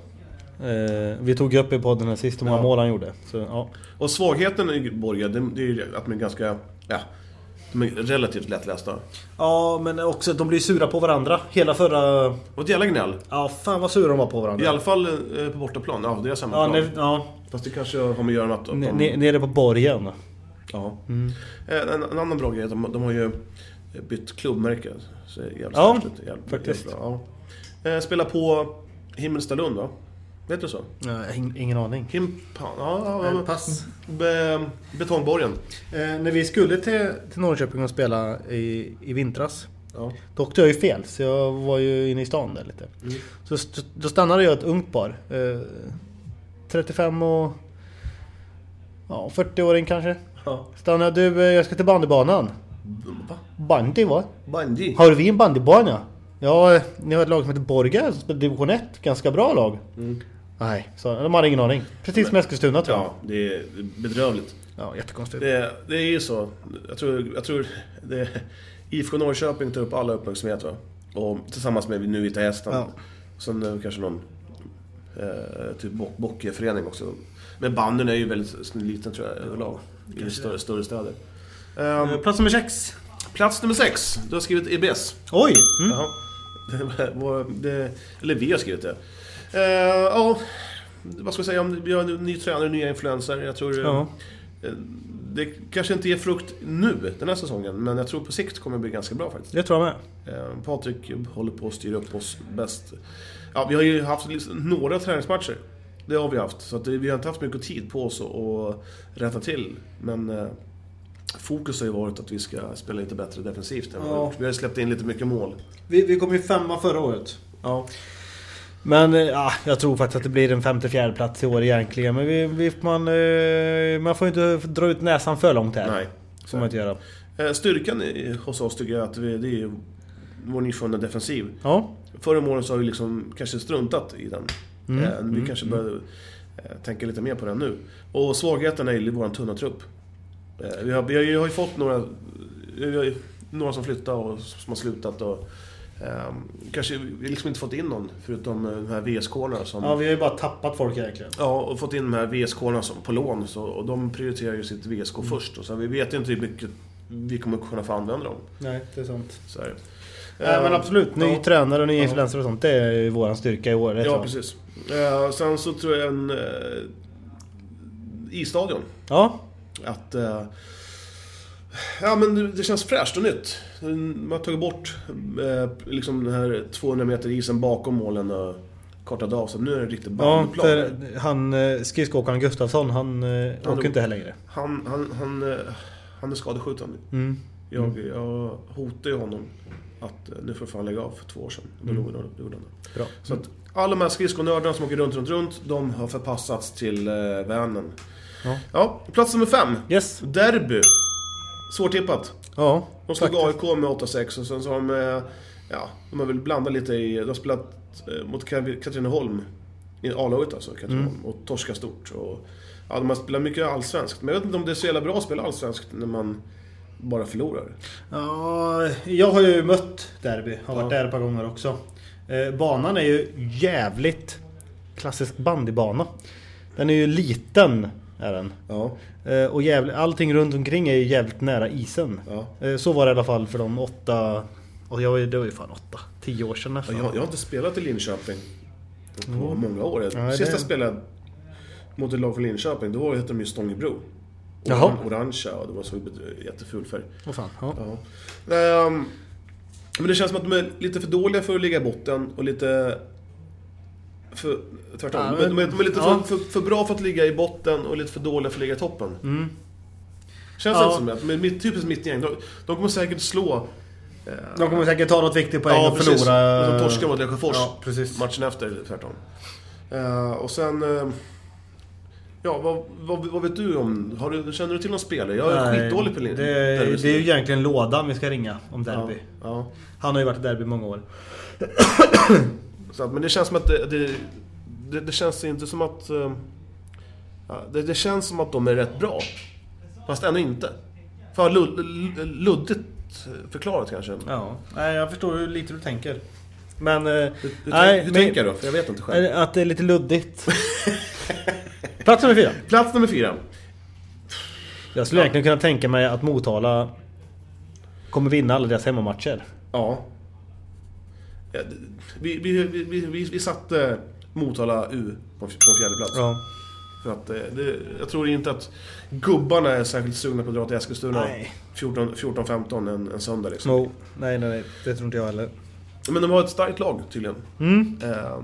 Eh, vi tog ju upp i podden här sist hur många Ja. mål han gjorde. Så, ja. Och svagheten i Borga, det, det är ju att de är ganska... Ja, de är relativt lättlästa. ja, men också de blir sura på varandra. Hela förra... Och ett jävla gnäll. Ja, fan vad sura de var på I varandra. alla fall eh, på bortaplan. Ja, det är samma Ja, plan. ne- ja. Fast det kanske har med att göra med att... att Ne- de- ne- nere på borgen. Ja. Mm. Eh, En, en annan bra grej, är att de, de har ju bytt klubbmärke. Så det är jävligt Ja, häftigt. Jävligt- faktiskt. jävligt bra, ja. Eh, Spela på Himmelstalund va? Vet du så? Nej, ing- ingen aning. Himpan... Ja, ja, Eh, ja, Pass. be, betongborgen. Eh, när vi skulle till, till Norrköping och spela i, i vintras Ja. Då åkte jag ju fel, så jag var ju inne i stan där lite. Mm. Så st- då stannade jag ett ungt par. Eh, 35 och... Ja, 40 åring kanske. Ja. Stannade du, eh, jag ska till bandybanan. Va? Bandy va? Bandy? Har vi en bandybana? Ja, eh, ni har ett lag som heter Borga som spelar division 1. Ganska bra lag. Nej, så, de hade ingen aning. Precis som Eskilstuna tror jag. Mm. Ja, det är bedrövligt. ja jättekonstigt. Det, är- det är ju så. Jag tror, jag tror det är, IFK Norrköping tar upp alla uppmärksamhet va? Och, tillsammans med nu Vita Hästen. Ja. Sen eh, kanske någon eh, typ bock- Bockeförening också. Men banden är ju väldigt liten tror jag överlag. I större, större städer. Ehm, Eh, Plats nummer 6. plats nummer sex. Du har skrivit EBS. Oj! Mm. Jaha. *laughs* Det var, det, eller vi har skrivit det. Eh, Ja, vad ska jag säga? om- Vi har en ny tränare, nya influenser. Jag tror... eh, Ja. eh, Det kanske inte ger frukt nu, den här säsongen, men jag tror på sikt kommer det bli ganska bra faktiskt. Det tror jag med. Eh, Patrik håller på att styra upp oss bäst. Ja, vi har ju haft liksom några träningsmatcher. Det har vi haft, så att det- vi har inte haft mycket tid på oss att- att rätta till. Men eh, fokus har ju varit att vi ska spela lite bättre defensivt än vad vi Ja. har gjort. Vi har ju släppt in lite mycket mål. Vi, vi kom ju femma förra året. Ja. Men eh, ja, jag tror faktiskt att det blir en femte fjärde plats i år egentligen. Men vi, vi, man, eh, man får ju inte dra ut näsan för långt här. Nej. Får man inte göra. Eh, Styrkan i, hos oss tycker jag att vi, det är ju vår nyfunna defensiv. Ja. Förra om åren så har vi liksom kanske struntat i den. Mm, Eh, vi mm, kanske börjar eh, tänka lite mer på den nu. Och svagheten är ju vår tunna trupp. Eh, vi, har, vi har ju- har ju fått några, vi har ju några som flyttat och som har slutat. Och, eh, kanske vi liksom inte fått in någon förutom eh, de här VSK-erna som... Ja, vi har ju bara tappat folk egentligen. Ja, och fått in de här VSK-erna som- på lån. Så, och de prioriterar ju sitt VSK Mm. först. Och sen, vi vet ju inte hur mycket vi kommer kunna få använda dem. Nej, det är sant. Så är det. Nej, men Eh, absolut, ny ja. tränare och ny influencer och sånt. Det är ju våran styrka i år. det tror Ja, jag. precis. Eh, sen så tror jag en... Eh, I-stadion. Ja. Att... Eh, ja, men det, det känns fräscht och nytt. Man har tagit bort eh, liksom den här 200 meter isen bakom målen och kortat av. Så nu är det en riktig Ja, bandplan. för han eh, skridskoåkaren Gustafsson, han eh, Han åker dog. inte här längre. Han, han, han, eh, han är skadeskjuten nu. Mm. Jag, jag hotade ju honom att eh, nu får fan lägga av för två år sedan. Då Mm. mm. gjorde han det. Bra. Så att alla de här skridskonnördarna som åker runt, runt, runt, de har förpassats till eh, Vänern. Ja. plats nummer fem. Yes. Derby. Svårtippat. Ja, De slog AIK med 8-6 och sen så har de... eh, Ja, de har väl blandat lite i... De har spelat eh, mot Kat- Katrineholm. I A-laget alltså, Katrineholm. Mm. Och torska stort. Och, ja, de har spelat mycket allsvenskt. Men jag vet inte om det är så jävla bra att spela allsvenskt när man bara förlorar. Ja, jag har ju mött Derby. Har varit där ett par gånger också. Eh, banan är ju jävligt klassisk bandybana. Den är ju liten. Är den. Eh, och jävligt, allting runt omkring är ju jävligt nära isen. Eh, så var det i alla fall för de åtta... Och jag, var ju- det var ju fan åtta, tio år sedan Ja, nästan. jag, jag har inte spelat i Linköping på Mm. många år. Nej, det- Sist jag spelade mot ett lag från Linköping, då hette de ju Stångebro. Och Jaha. Orangea och det var så jätteful färg. Åh fan, ja. Ehm, men det känns som att de är lite för dåliga för att ligga i botten och lite... För, tvärtom. Ja, men- De är- de, är, de är lite ja. för, för, för bra för att ligga i botten och lite för dåliga för att ligga i toppen. Mm. Känns Ja. det inte som att, men mitt, typiskt mitt gäng. De, de kommer säkert slå... eh, De kommer säkert ta något viktigt poäng ja, och precis. förlora. eh, Som torskar mot Lesjöfors Ja, precis. matchen efter, eller tvärtom. Eh, och sen... eh, ja, vad, vad, vad vet du om... Har du, känner du till någon spelare? Jag är Nej, skitdålig på lin- det, derby. det är ju egentligen lådan vi ska ringa om derby. Ja, ja. Han har ju varit i derby i många år. Så att, men det känns som att det... Det, det, det känns inte som att... eh, ja, det, det känns som att de är rätt bra. Fast ändå inte. För lud, luddigt förklarat kanske. Ja, nej, jag förstår hur lite du tänker. Men... eh, Hur, nej, tänk, hur men- tänker du? För jag vet inte själv. Eh, Att det är lite *laughs* luddigt. Plats nummer fyra. Plats nummer fyra. Jag skulle egentligen kunna tänka mig att Motala kommer vinna alla deras hemmamatcher. Ja. Ja, d- Vi, vi, vi, vi, vi, vi satte Motala U på en fj- på en fjärde plats. Ja. För att eh, det, jag tror inte att gubbarna är särskilt sugna på att dra till Eskilstuna Nej. 14 14-15 en, en söndag. Liksom. No. Nej, nej, nej. Det tror inte jag heller. Men de har ett starkt lag tydligen. Mm. Eh,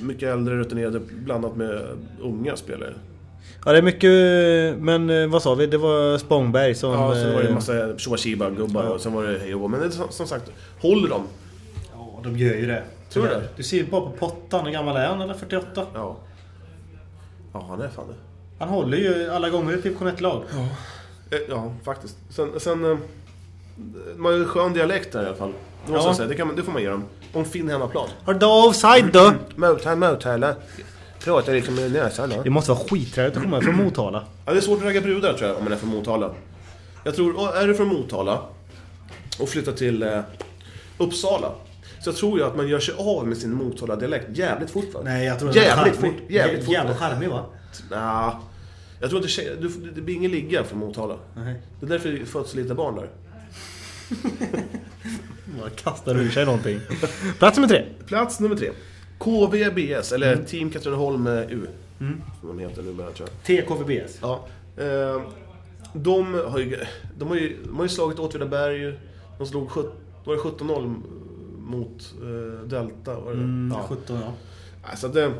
mycket äldre, rutinerade, blandat med unga spelare. Ja, det är mycket... Men eh, vad sa vi? Det var Spångberg som... Ja, sen var det en eh, massa Shoashiba-gubbar och sen var det hej och hå. Men det, är som, som sagt, håller de? Ja, de gör ju det. Tror du det? Du ser ju bara på pottan. Hur gammal är han? Eller 48? Ja. Ja, han är fan det. Han håller ju alla gånger i division 1-lag. Eh, Ja, faktiskt. Sen, sen eh, de har ju skön dialekt där i alla fall. Det måste Ja. jag säga. Det, kan, man- det får man ge dem. Och en fin hemmaplan. Har du offside då? Motala, Motala. Pratar liksom med näsan. Det måste vara skitträligt att komma från Motala. Ja, det är svårt att ragga brudar tror jag, om man är från Motala. Jag tror, och är du från Motala och flyttar till eh, Uppsala. Så jag tror ju att man gör sig av med sin Motala-dialekt jävligt fort va? Nej, jag tror den är jävligt charmig. fort. Jävligt Jä- fort. jävla charmig, va? Nja. Jag tror inte tjejer, du, får- det blir ingen ligga från Motala. Nej. Det är därför det föds lite barn där. Bara kastar ur sig *laughs* någonting. Plats nummer tre. Plats nummer tre. KVBS, eller Team Katrineholm eh, U. Mm. Som de heter numera tror jag. TKVBS. Ja. Eh, de, har ju, de, har ju, de har ju slagit Åtvidaberg. De slog sjut- var det 17-0 mot eh, Delta. Var det? Mm, 17, ja. Alltså det,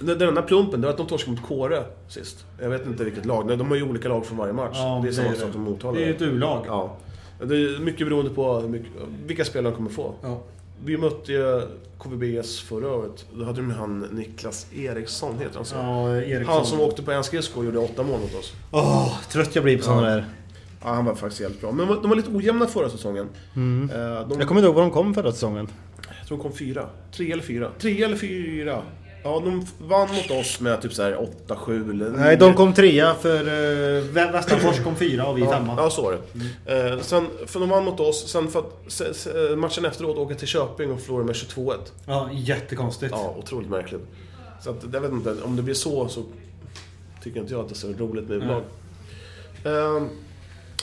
den, den enda plumpen, det var att de torskade mot Kåre sist. Jag vet inte vilket lag. Nej, De har ju olika lag från varje match. Ja, det är det samma är sak det. som Motala. Det är ju ett U-lag. Ja. Det är mycket beroende på hur mycket, vilka spelare de kommer få. Ja. Vi mötte ju KVBS förra året. Då hade de ju han Niklas Eriksson, heter han så? Ja, Eriksson. Han som åkte på en skridsko och gjorde åtta mål åt oss. Åh, trött jag blir på sådana Ja. där. Ja, han var faktiskt jävligt bra. Men de var lite ojämna förra säsongen. Mm. Eh, de- Jag kommer inte ihåg var de kom förra säsongen. Jag tror de kom fyra. Tre eller fyra. Tre eller fyra. Ja, de vann mot oss med typ så här 8-7 eller Nej, de kom trea för eh, Vä- Västerfors kom fyra och vi ja, femma. Ja, så var det. Mm. Eh, sen, för de vann mot oss, sen för att se, se, matchen efteråt åka till Köping och förlora med 22-1. Ja, jättekonstigt. Ja, otroligt märkligt. Så att, jag vet inte, om det blir så så tycker inte jag att det är så roligt med U-lag. Eh,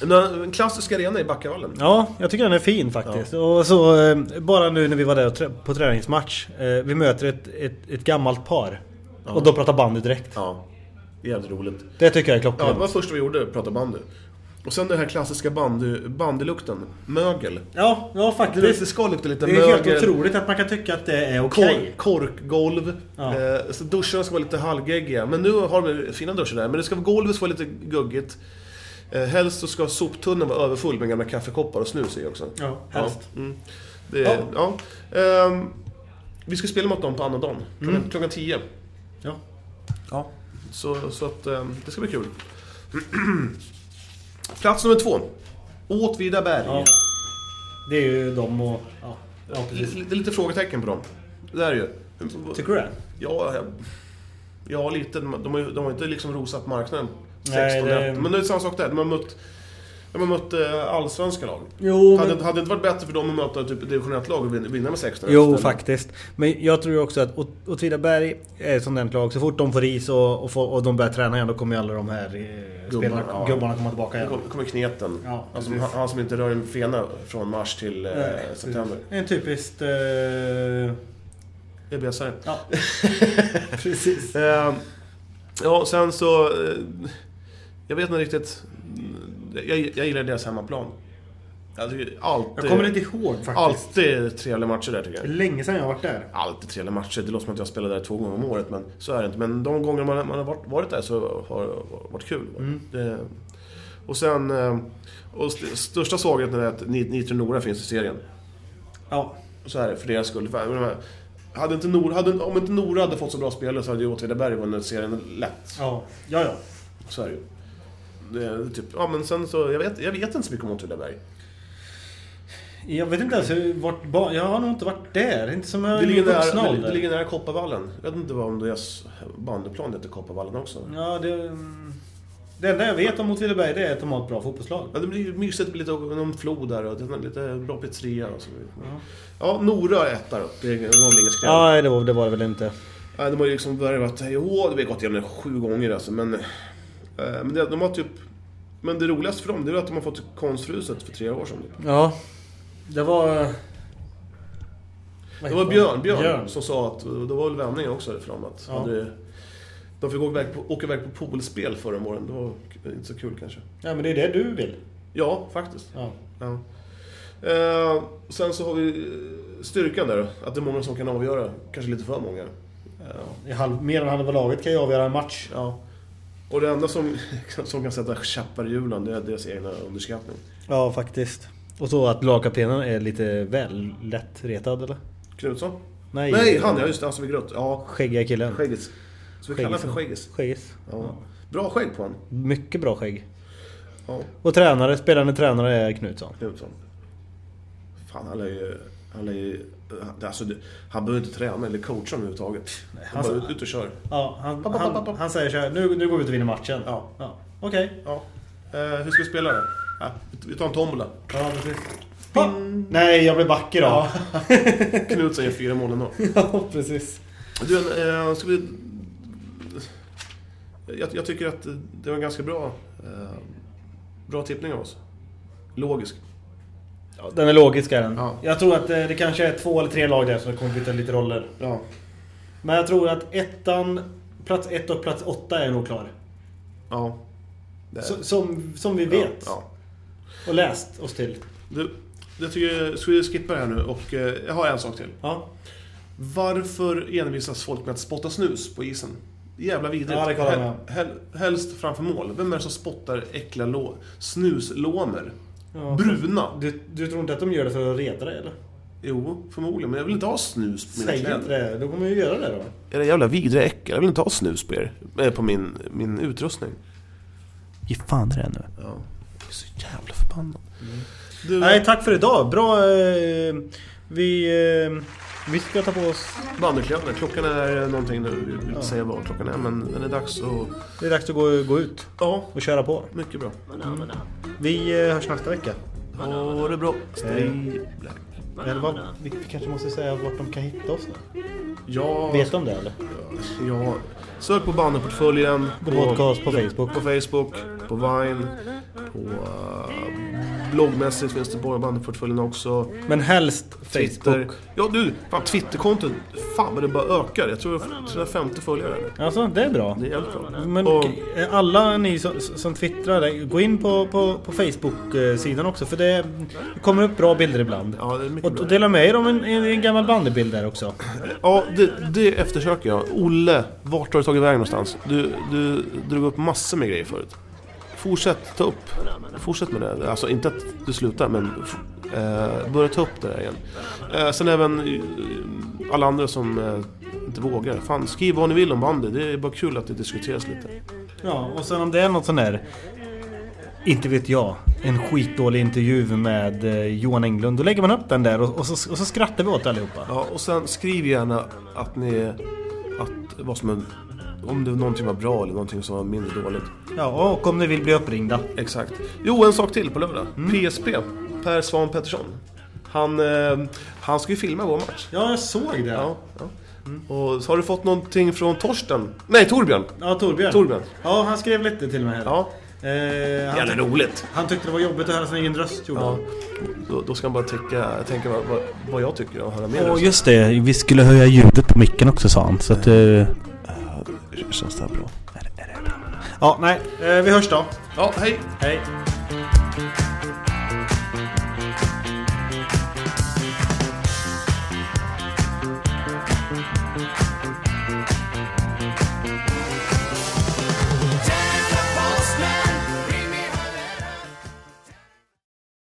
en- en klassisk arena i Backavallen. Ja, jag tycker den är fin faktiskt. Och så, eh, bara nu när vi var där och trä- på träningsmatch. eh, Vi möter ett, ett, ett gammalt par. Ja. Och de pratar bandy direkt. Ja, jävligt roligt. Det tycker jag är Ja, klockrent. det var det första vi gjorde, prata bandy. Och sen den här klassiska bandy, bandylukten, mögel. Ja, ja Det, faktiskt. luktar- det ska lukta lite Det är helt mögel. otroligt att man kan tycka att det är okej. Kor, korkgolv. Eh, så duscharna ska vara lite halvgeggiga. Men nu har de fina duschar där. Men det ska, golvet ska vara lite guggigt. Eh, helst så ska soptunnan vara överfull med gamla kaffekoppar och snus i också. Ja, helst. Ja, mm. det, Ja. ja. Ehm, vi ska spela mot dem på annandagen. Klockan, Mm. klockan 10. Ja. ja. Så, så att ehm, det ska bli kul. *clears throat* Plats nummer två. Åtvidaberg. Ja. Det är ju de och... Ja, ja precis. Det är lite frågetecken på dem. Det är det ju. Tycker du det? Ja, jag- ja lite. De de har, ju- de har inte liksom rosat marknaden Nej, 16 det- det... Men det är samma sak där. De har mött, de har mött eh, allsvenska lag. Jo, hade, men- hade det inte varit bättre för dem att möta typ division 1-lag och vin- vinna med 16 Jo, Eller- faktiskt. Men jag tror ju också att Åt- Åtvidaberg är ett sånt där lag. Så fort de får is och, och, får, och de börjar träna igen, då kommer ju alla de här eh, spelarna, ja. gubbarna komma tillbaka Nu igen. kom- kommer kneten. Ja, alltså, precis. han, han som inte rör en fena från mars till eh, Nej, september. precis. En typiskt... Eh, *laughs* EBSare. Ja. Precis. Eh, ja, sen så... eh, Jag vet inte riktigt... Jag, jag gillar deras hemmaplan. Jag tycker alltid... jag kommer inte ihåg faktiskt. Alltid trevliga matcher där tycker Det är jag. Länge sedan jag har varit där. Alltid trevliga matcher. Det låter som att jag spelar där två gånger om året, men så är det inte. Men de gånger man, man har varit, varit där så har det varit kul. Det, och sen... eh, Och st- största svagheten är att Ni- Nitro Nora finns i serien. Ja. Så är det, för deras skull. För, jag menar, hade inte Nora, hade, om inte Nora hade fått så bra spelare så hade ju Åtvidaberg vunnit serien lätt. Ja, ja. ja. Så är det ju. Det, är typ, ja, men sen så, jag, vet, jag vet inte så mycket om Åtvidaberg. Jag vet inte ens hur, vart... ba- Jag har nog inte varit där. Inte som jag Det ligger, i vuxen nära, det, Mm, ålder. det ligger nära Kopparvallen. Jag vet inte vad om deras bandyplan heter Kopparvallen också. Ja, det... mm, Det enda jag vet om Åtvidaberg det är att de har ett bra fotbollslag. Ja, det blir ju mysigt med lite någon flod där och det är lite bra pizzeria och så. Ja, Nora är etta då. Det var ingen skräll. Nej, det var det, var det väl inte. Ja, de har ju liksom värvat, jo, vi har gått igenom det sju gånger alltså, men... eh, Men det, de har typ... Men det roligaste för dem, det är att de har fått typ konstfruset för tre år sedan. Typ. Ja. Det var... Det var Björn, Björn, som sa att, det var väl vändningen också för dem att... Ja. Hade, de fick åka iväg på, åka iväg på poolspel förra åren, det var inte så kul kanske. Ja, men det är det du vill. Ja, faktiskt. Ja. Ja. Eh, sen så har vi eh, styrkan där, att det är många som kan avgöra. Kanske lite för många. Eh, I halv, mer än halva laget kan ju avgöra en match. Ja. Och det enda som, *laughs* som kan sätta käppar i hjulen, det är deras egna underskattning. Ja, faktiskt. Och så att lagkaptenen är lite väl lättretad, eller? Knutsson? Nej, Nej, han ja, just det, han som är grött. Ja, Skäggiga killen. Skäggis. Så vi kallar honom för Skäggis. Skäggis. Ja. Bra skägg på honom. Mycket bra skägg. Ja, Och tränare, spelande tränare är Knutsson. Knutsson. Fan, han är ju... Han är ju... Alltså, det- han behöver inte träna eller coacha honom överhuvudtaget. Han han- bara ut, ut och kör. Ja, han, Pop, pop, pop, han, pop. han säger så här, nu, nu går vi ut och vinner matchen. Ja. ja. Okej. ja. Eh, hur ska vi spela då? Ja, vi- vi tar en tombola. Ja, precis. Nej, jag blev back idag. Knutsson gör fyra mål ändå. *laughs* Ja, precis. Du, eh, ska vi... Jag, jag tycker att det var en ganska bra, eh, bra tippning av oss. Logisk. Ja, Den är logisk är den. Ja. Jag tror att eh, det kanske är två eller tre lag där som kommer byta lite roller. Ja. Men jag tror att ettan, plats ett och plats åtta är nog klar. Ja. Det- Så, som, som vi vet. Ja, Och läst oss till. Du, jag tycker, ska vi skippa det här nu? Och eh, jag har en sak till. Ja, Varför envisas folk med att spotta snus på isen? Jävla vidrigt. Ja, det kan jag Hel- hel- helst framför mål. Vem är det som spottar äckliga lå- snuslåner? Ja. Bruna. Du, du tror inte att de gör det för att reta dig eller? Jo, förmodligen. Men jag vill inte ha snus på mina Säg kläder. inte det. Då kommer vi göra det då. Era jävla vidriga äckel. Jag vill inte ha snus på er. Eh, På min, min utrustning. Ge fan i det nu. Ja. Jag är så jävla förbannad. Du- Nej, tack för idag. Bra. eh, Vi, eh, vi ska ta på oss... Bandykläderna. Klockan är eh, någonting nu. Jag vill inte säga vad klockan är, men den är dags att... Det är dags att gå, gå ut Ja. och köra på. Mycket bra. Vi eh, hörs nästa vecka. Ha det bra. Stay black. Eller vad, vi, vi kanske måste säga vart de kan hitta oss nu. Ja, Vet de det eller? ja. Sök på bandyportföljen. På podcast, på Facebook. På Facebook, på Vine, på... eh, bloggmässigt finns det på bandyportföljen också. Men helst Twitter. Facebook. Ja du, fan Twitterkontot. Fan vad det bara ökar. Jag tror jag har 350 följare nu. Alltså, det är bra. Det är jävligt bra. Men Och- eh, alla ni som, som twittrar, gå in på, på, på Facebook-sidan också för det kommer upp bra bilder ibland. Ja, det är mycket Och, bra. och dela med er om en, en, en gammal bandybild där också. Ja, det, det eftersöker jag. Olle, vart har du tagit vägen någonstans? Du, du drog upp massor med grejer förut. Fortsätt ta upp. Fortsätt med det. Alltså inte att du slutar, men f- eh, börja ta upp det där igen. Eh, sen även eh, alla andra som eh, inte vågar. Fan, skriv vad ni vill om bandy. Det är bara kul att det diskuteras lite. Ja, och sen om det är något sån där, inte vet jag, en skitdålig intervju med eh, Johan Englund. Då lägger man upp den där och, och, så, och så skrattar vi åt allihopa. Ja, och sen skriv gärna att ni... Att vad som är, om det var någonting var bra eller någonting som var mindre dåligt. Ja, och om ni vill bli uppringda. Exakt. Jo, en sak till på lördag. PSP, Per Svan Pettersson. Han, eh, han ska ju filma vår match. Ja, jag såg det. Ja, Ja, ja. Och så har du fått någonting från Torsten? Nej, Torbjörn! Torbjörn. Torbjörn. Ja, han skrev lite till mig här. Ja, Eh, han, jävla roligt. han tyckte det var jobbigt att höra sin egen röst, gjorde Ja. han. Då, då ska han bara tänka, tänka vad, vad, vad jag tycker och höra med Ja just det, vi skulle höja ljudet på micken också sa han. Så att... Uh, känns det här bra? Är det, är det bra? Ja, nej. Eh, vi hörs då. Ja, hej! Hej.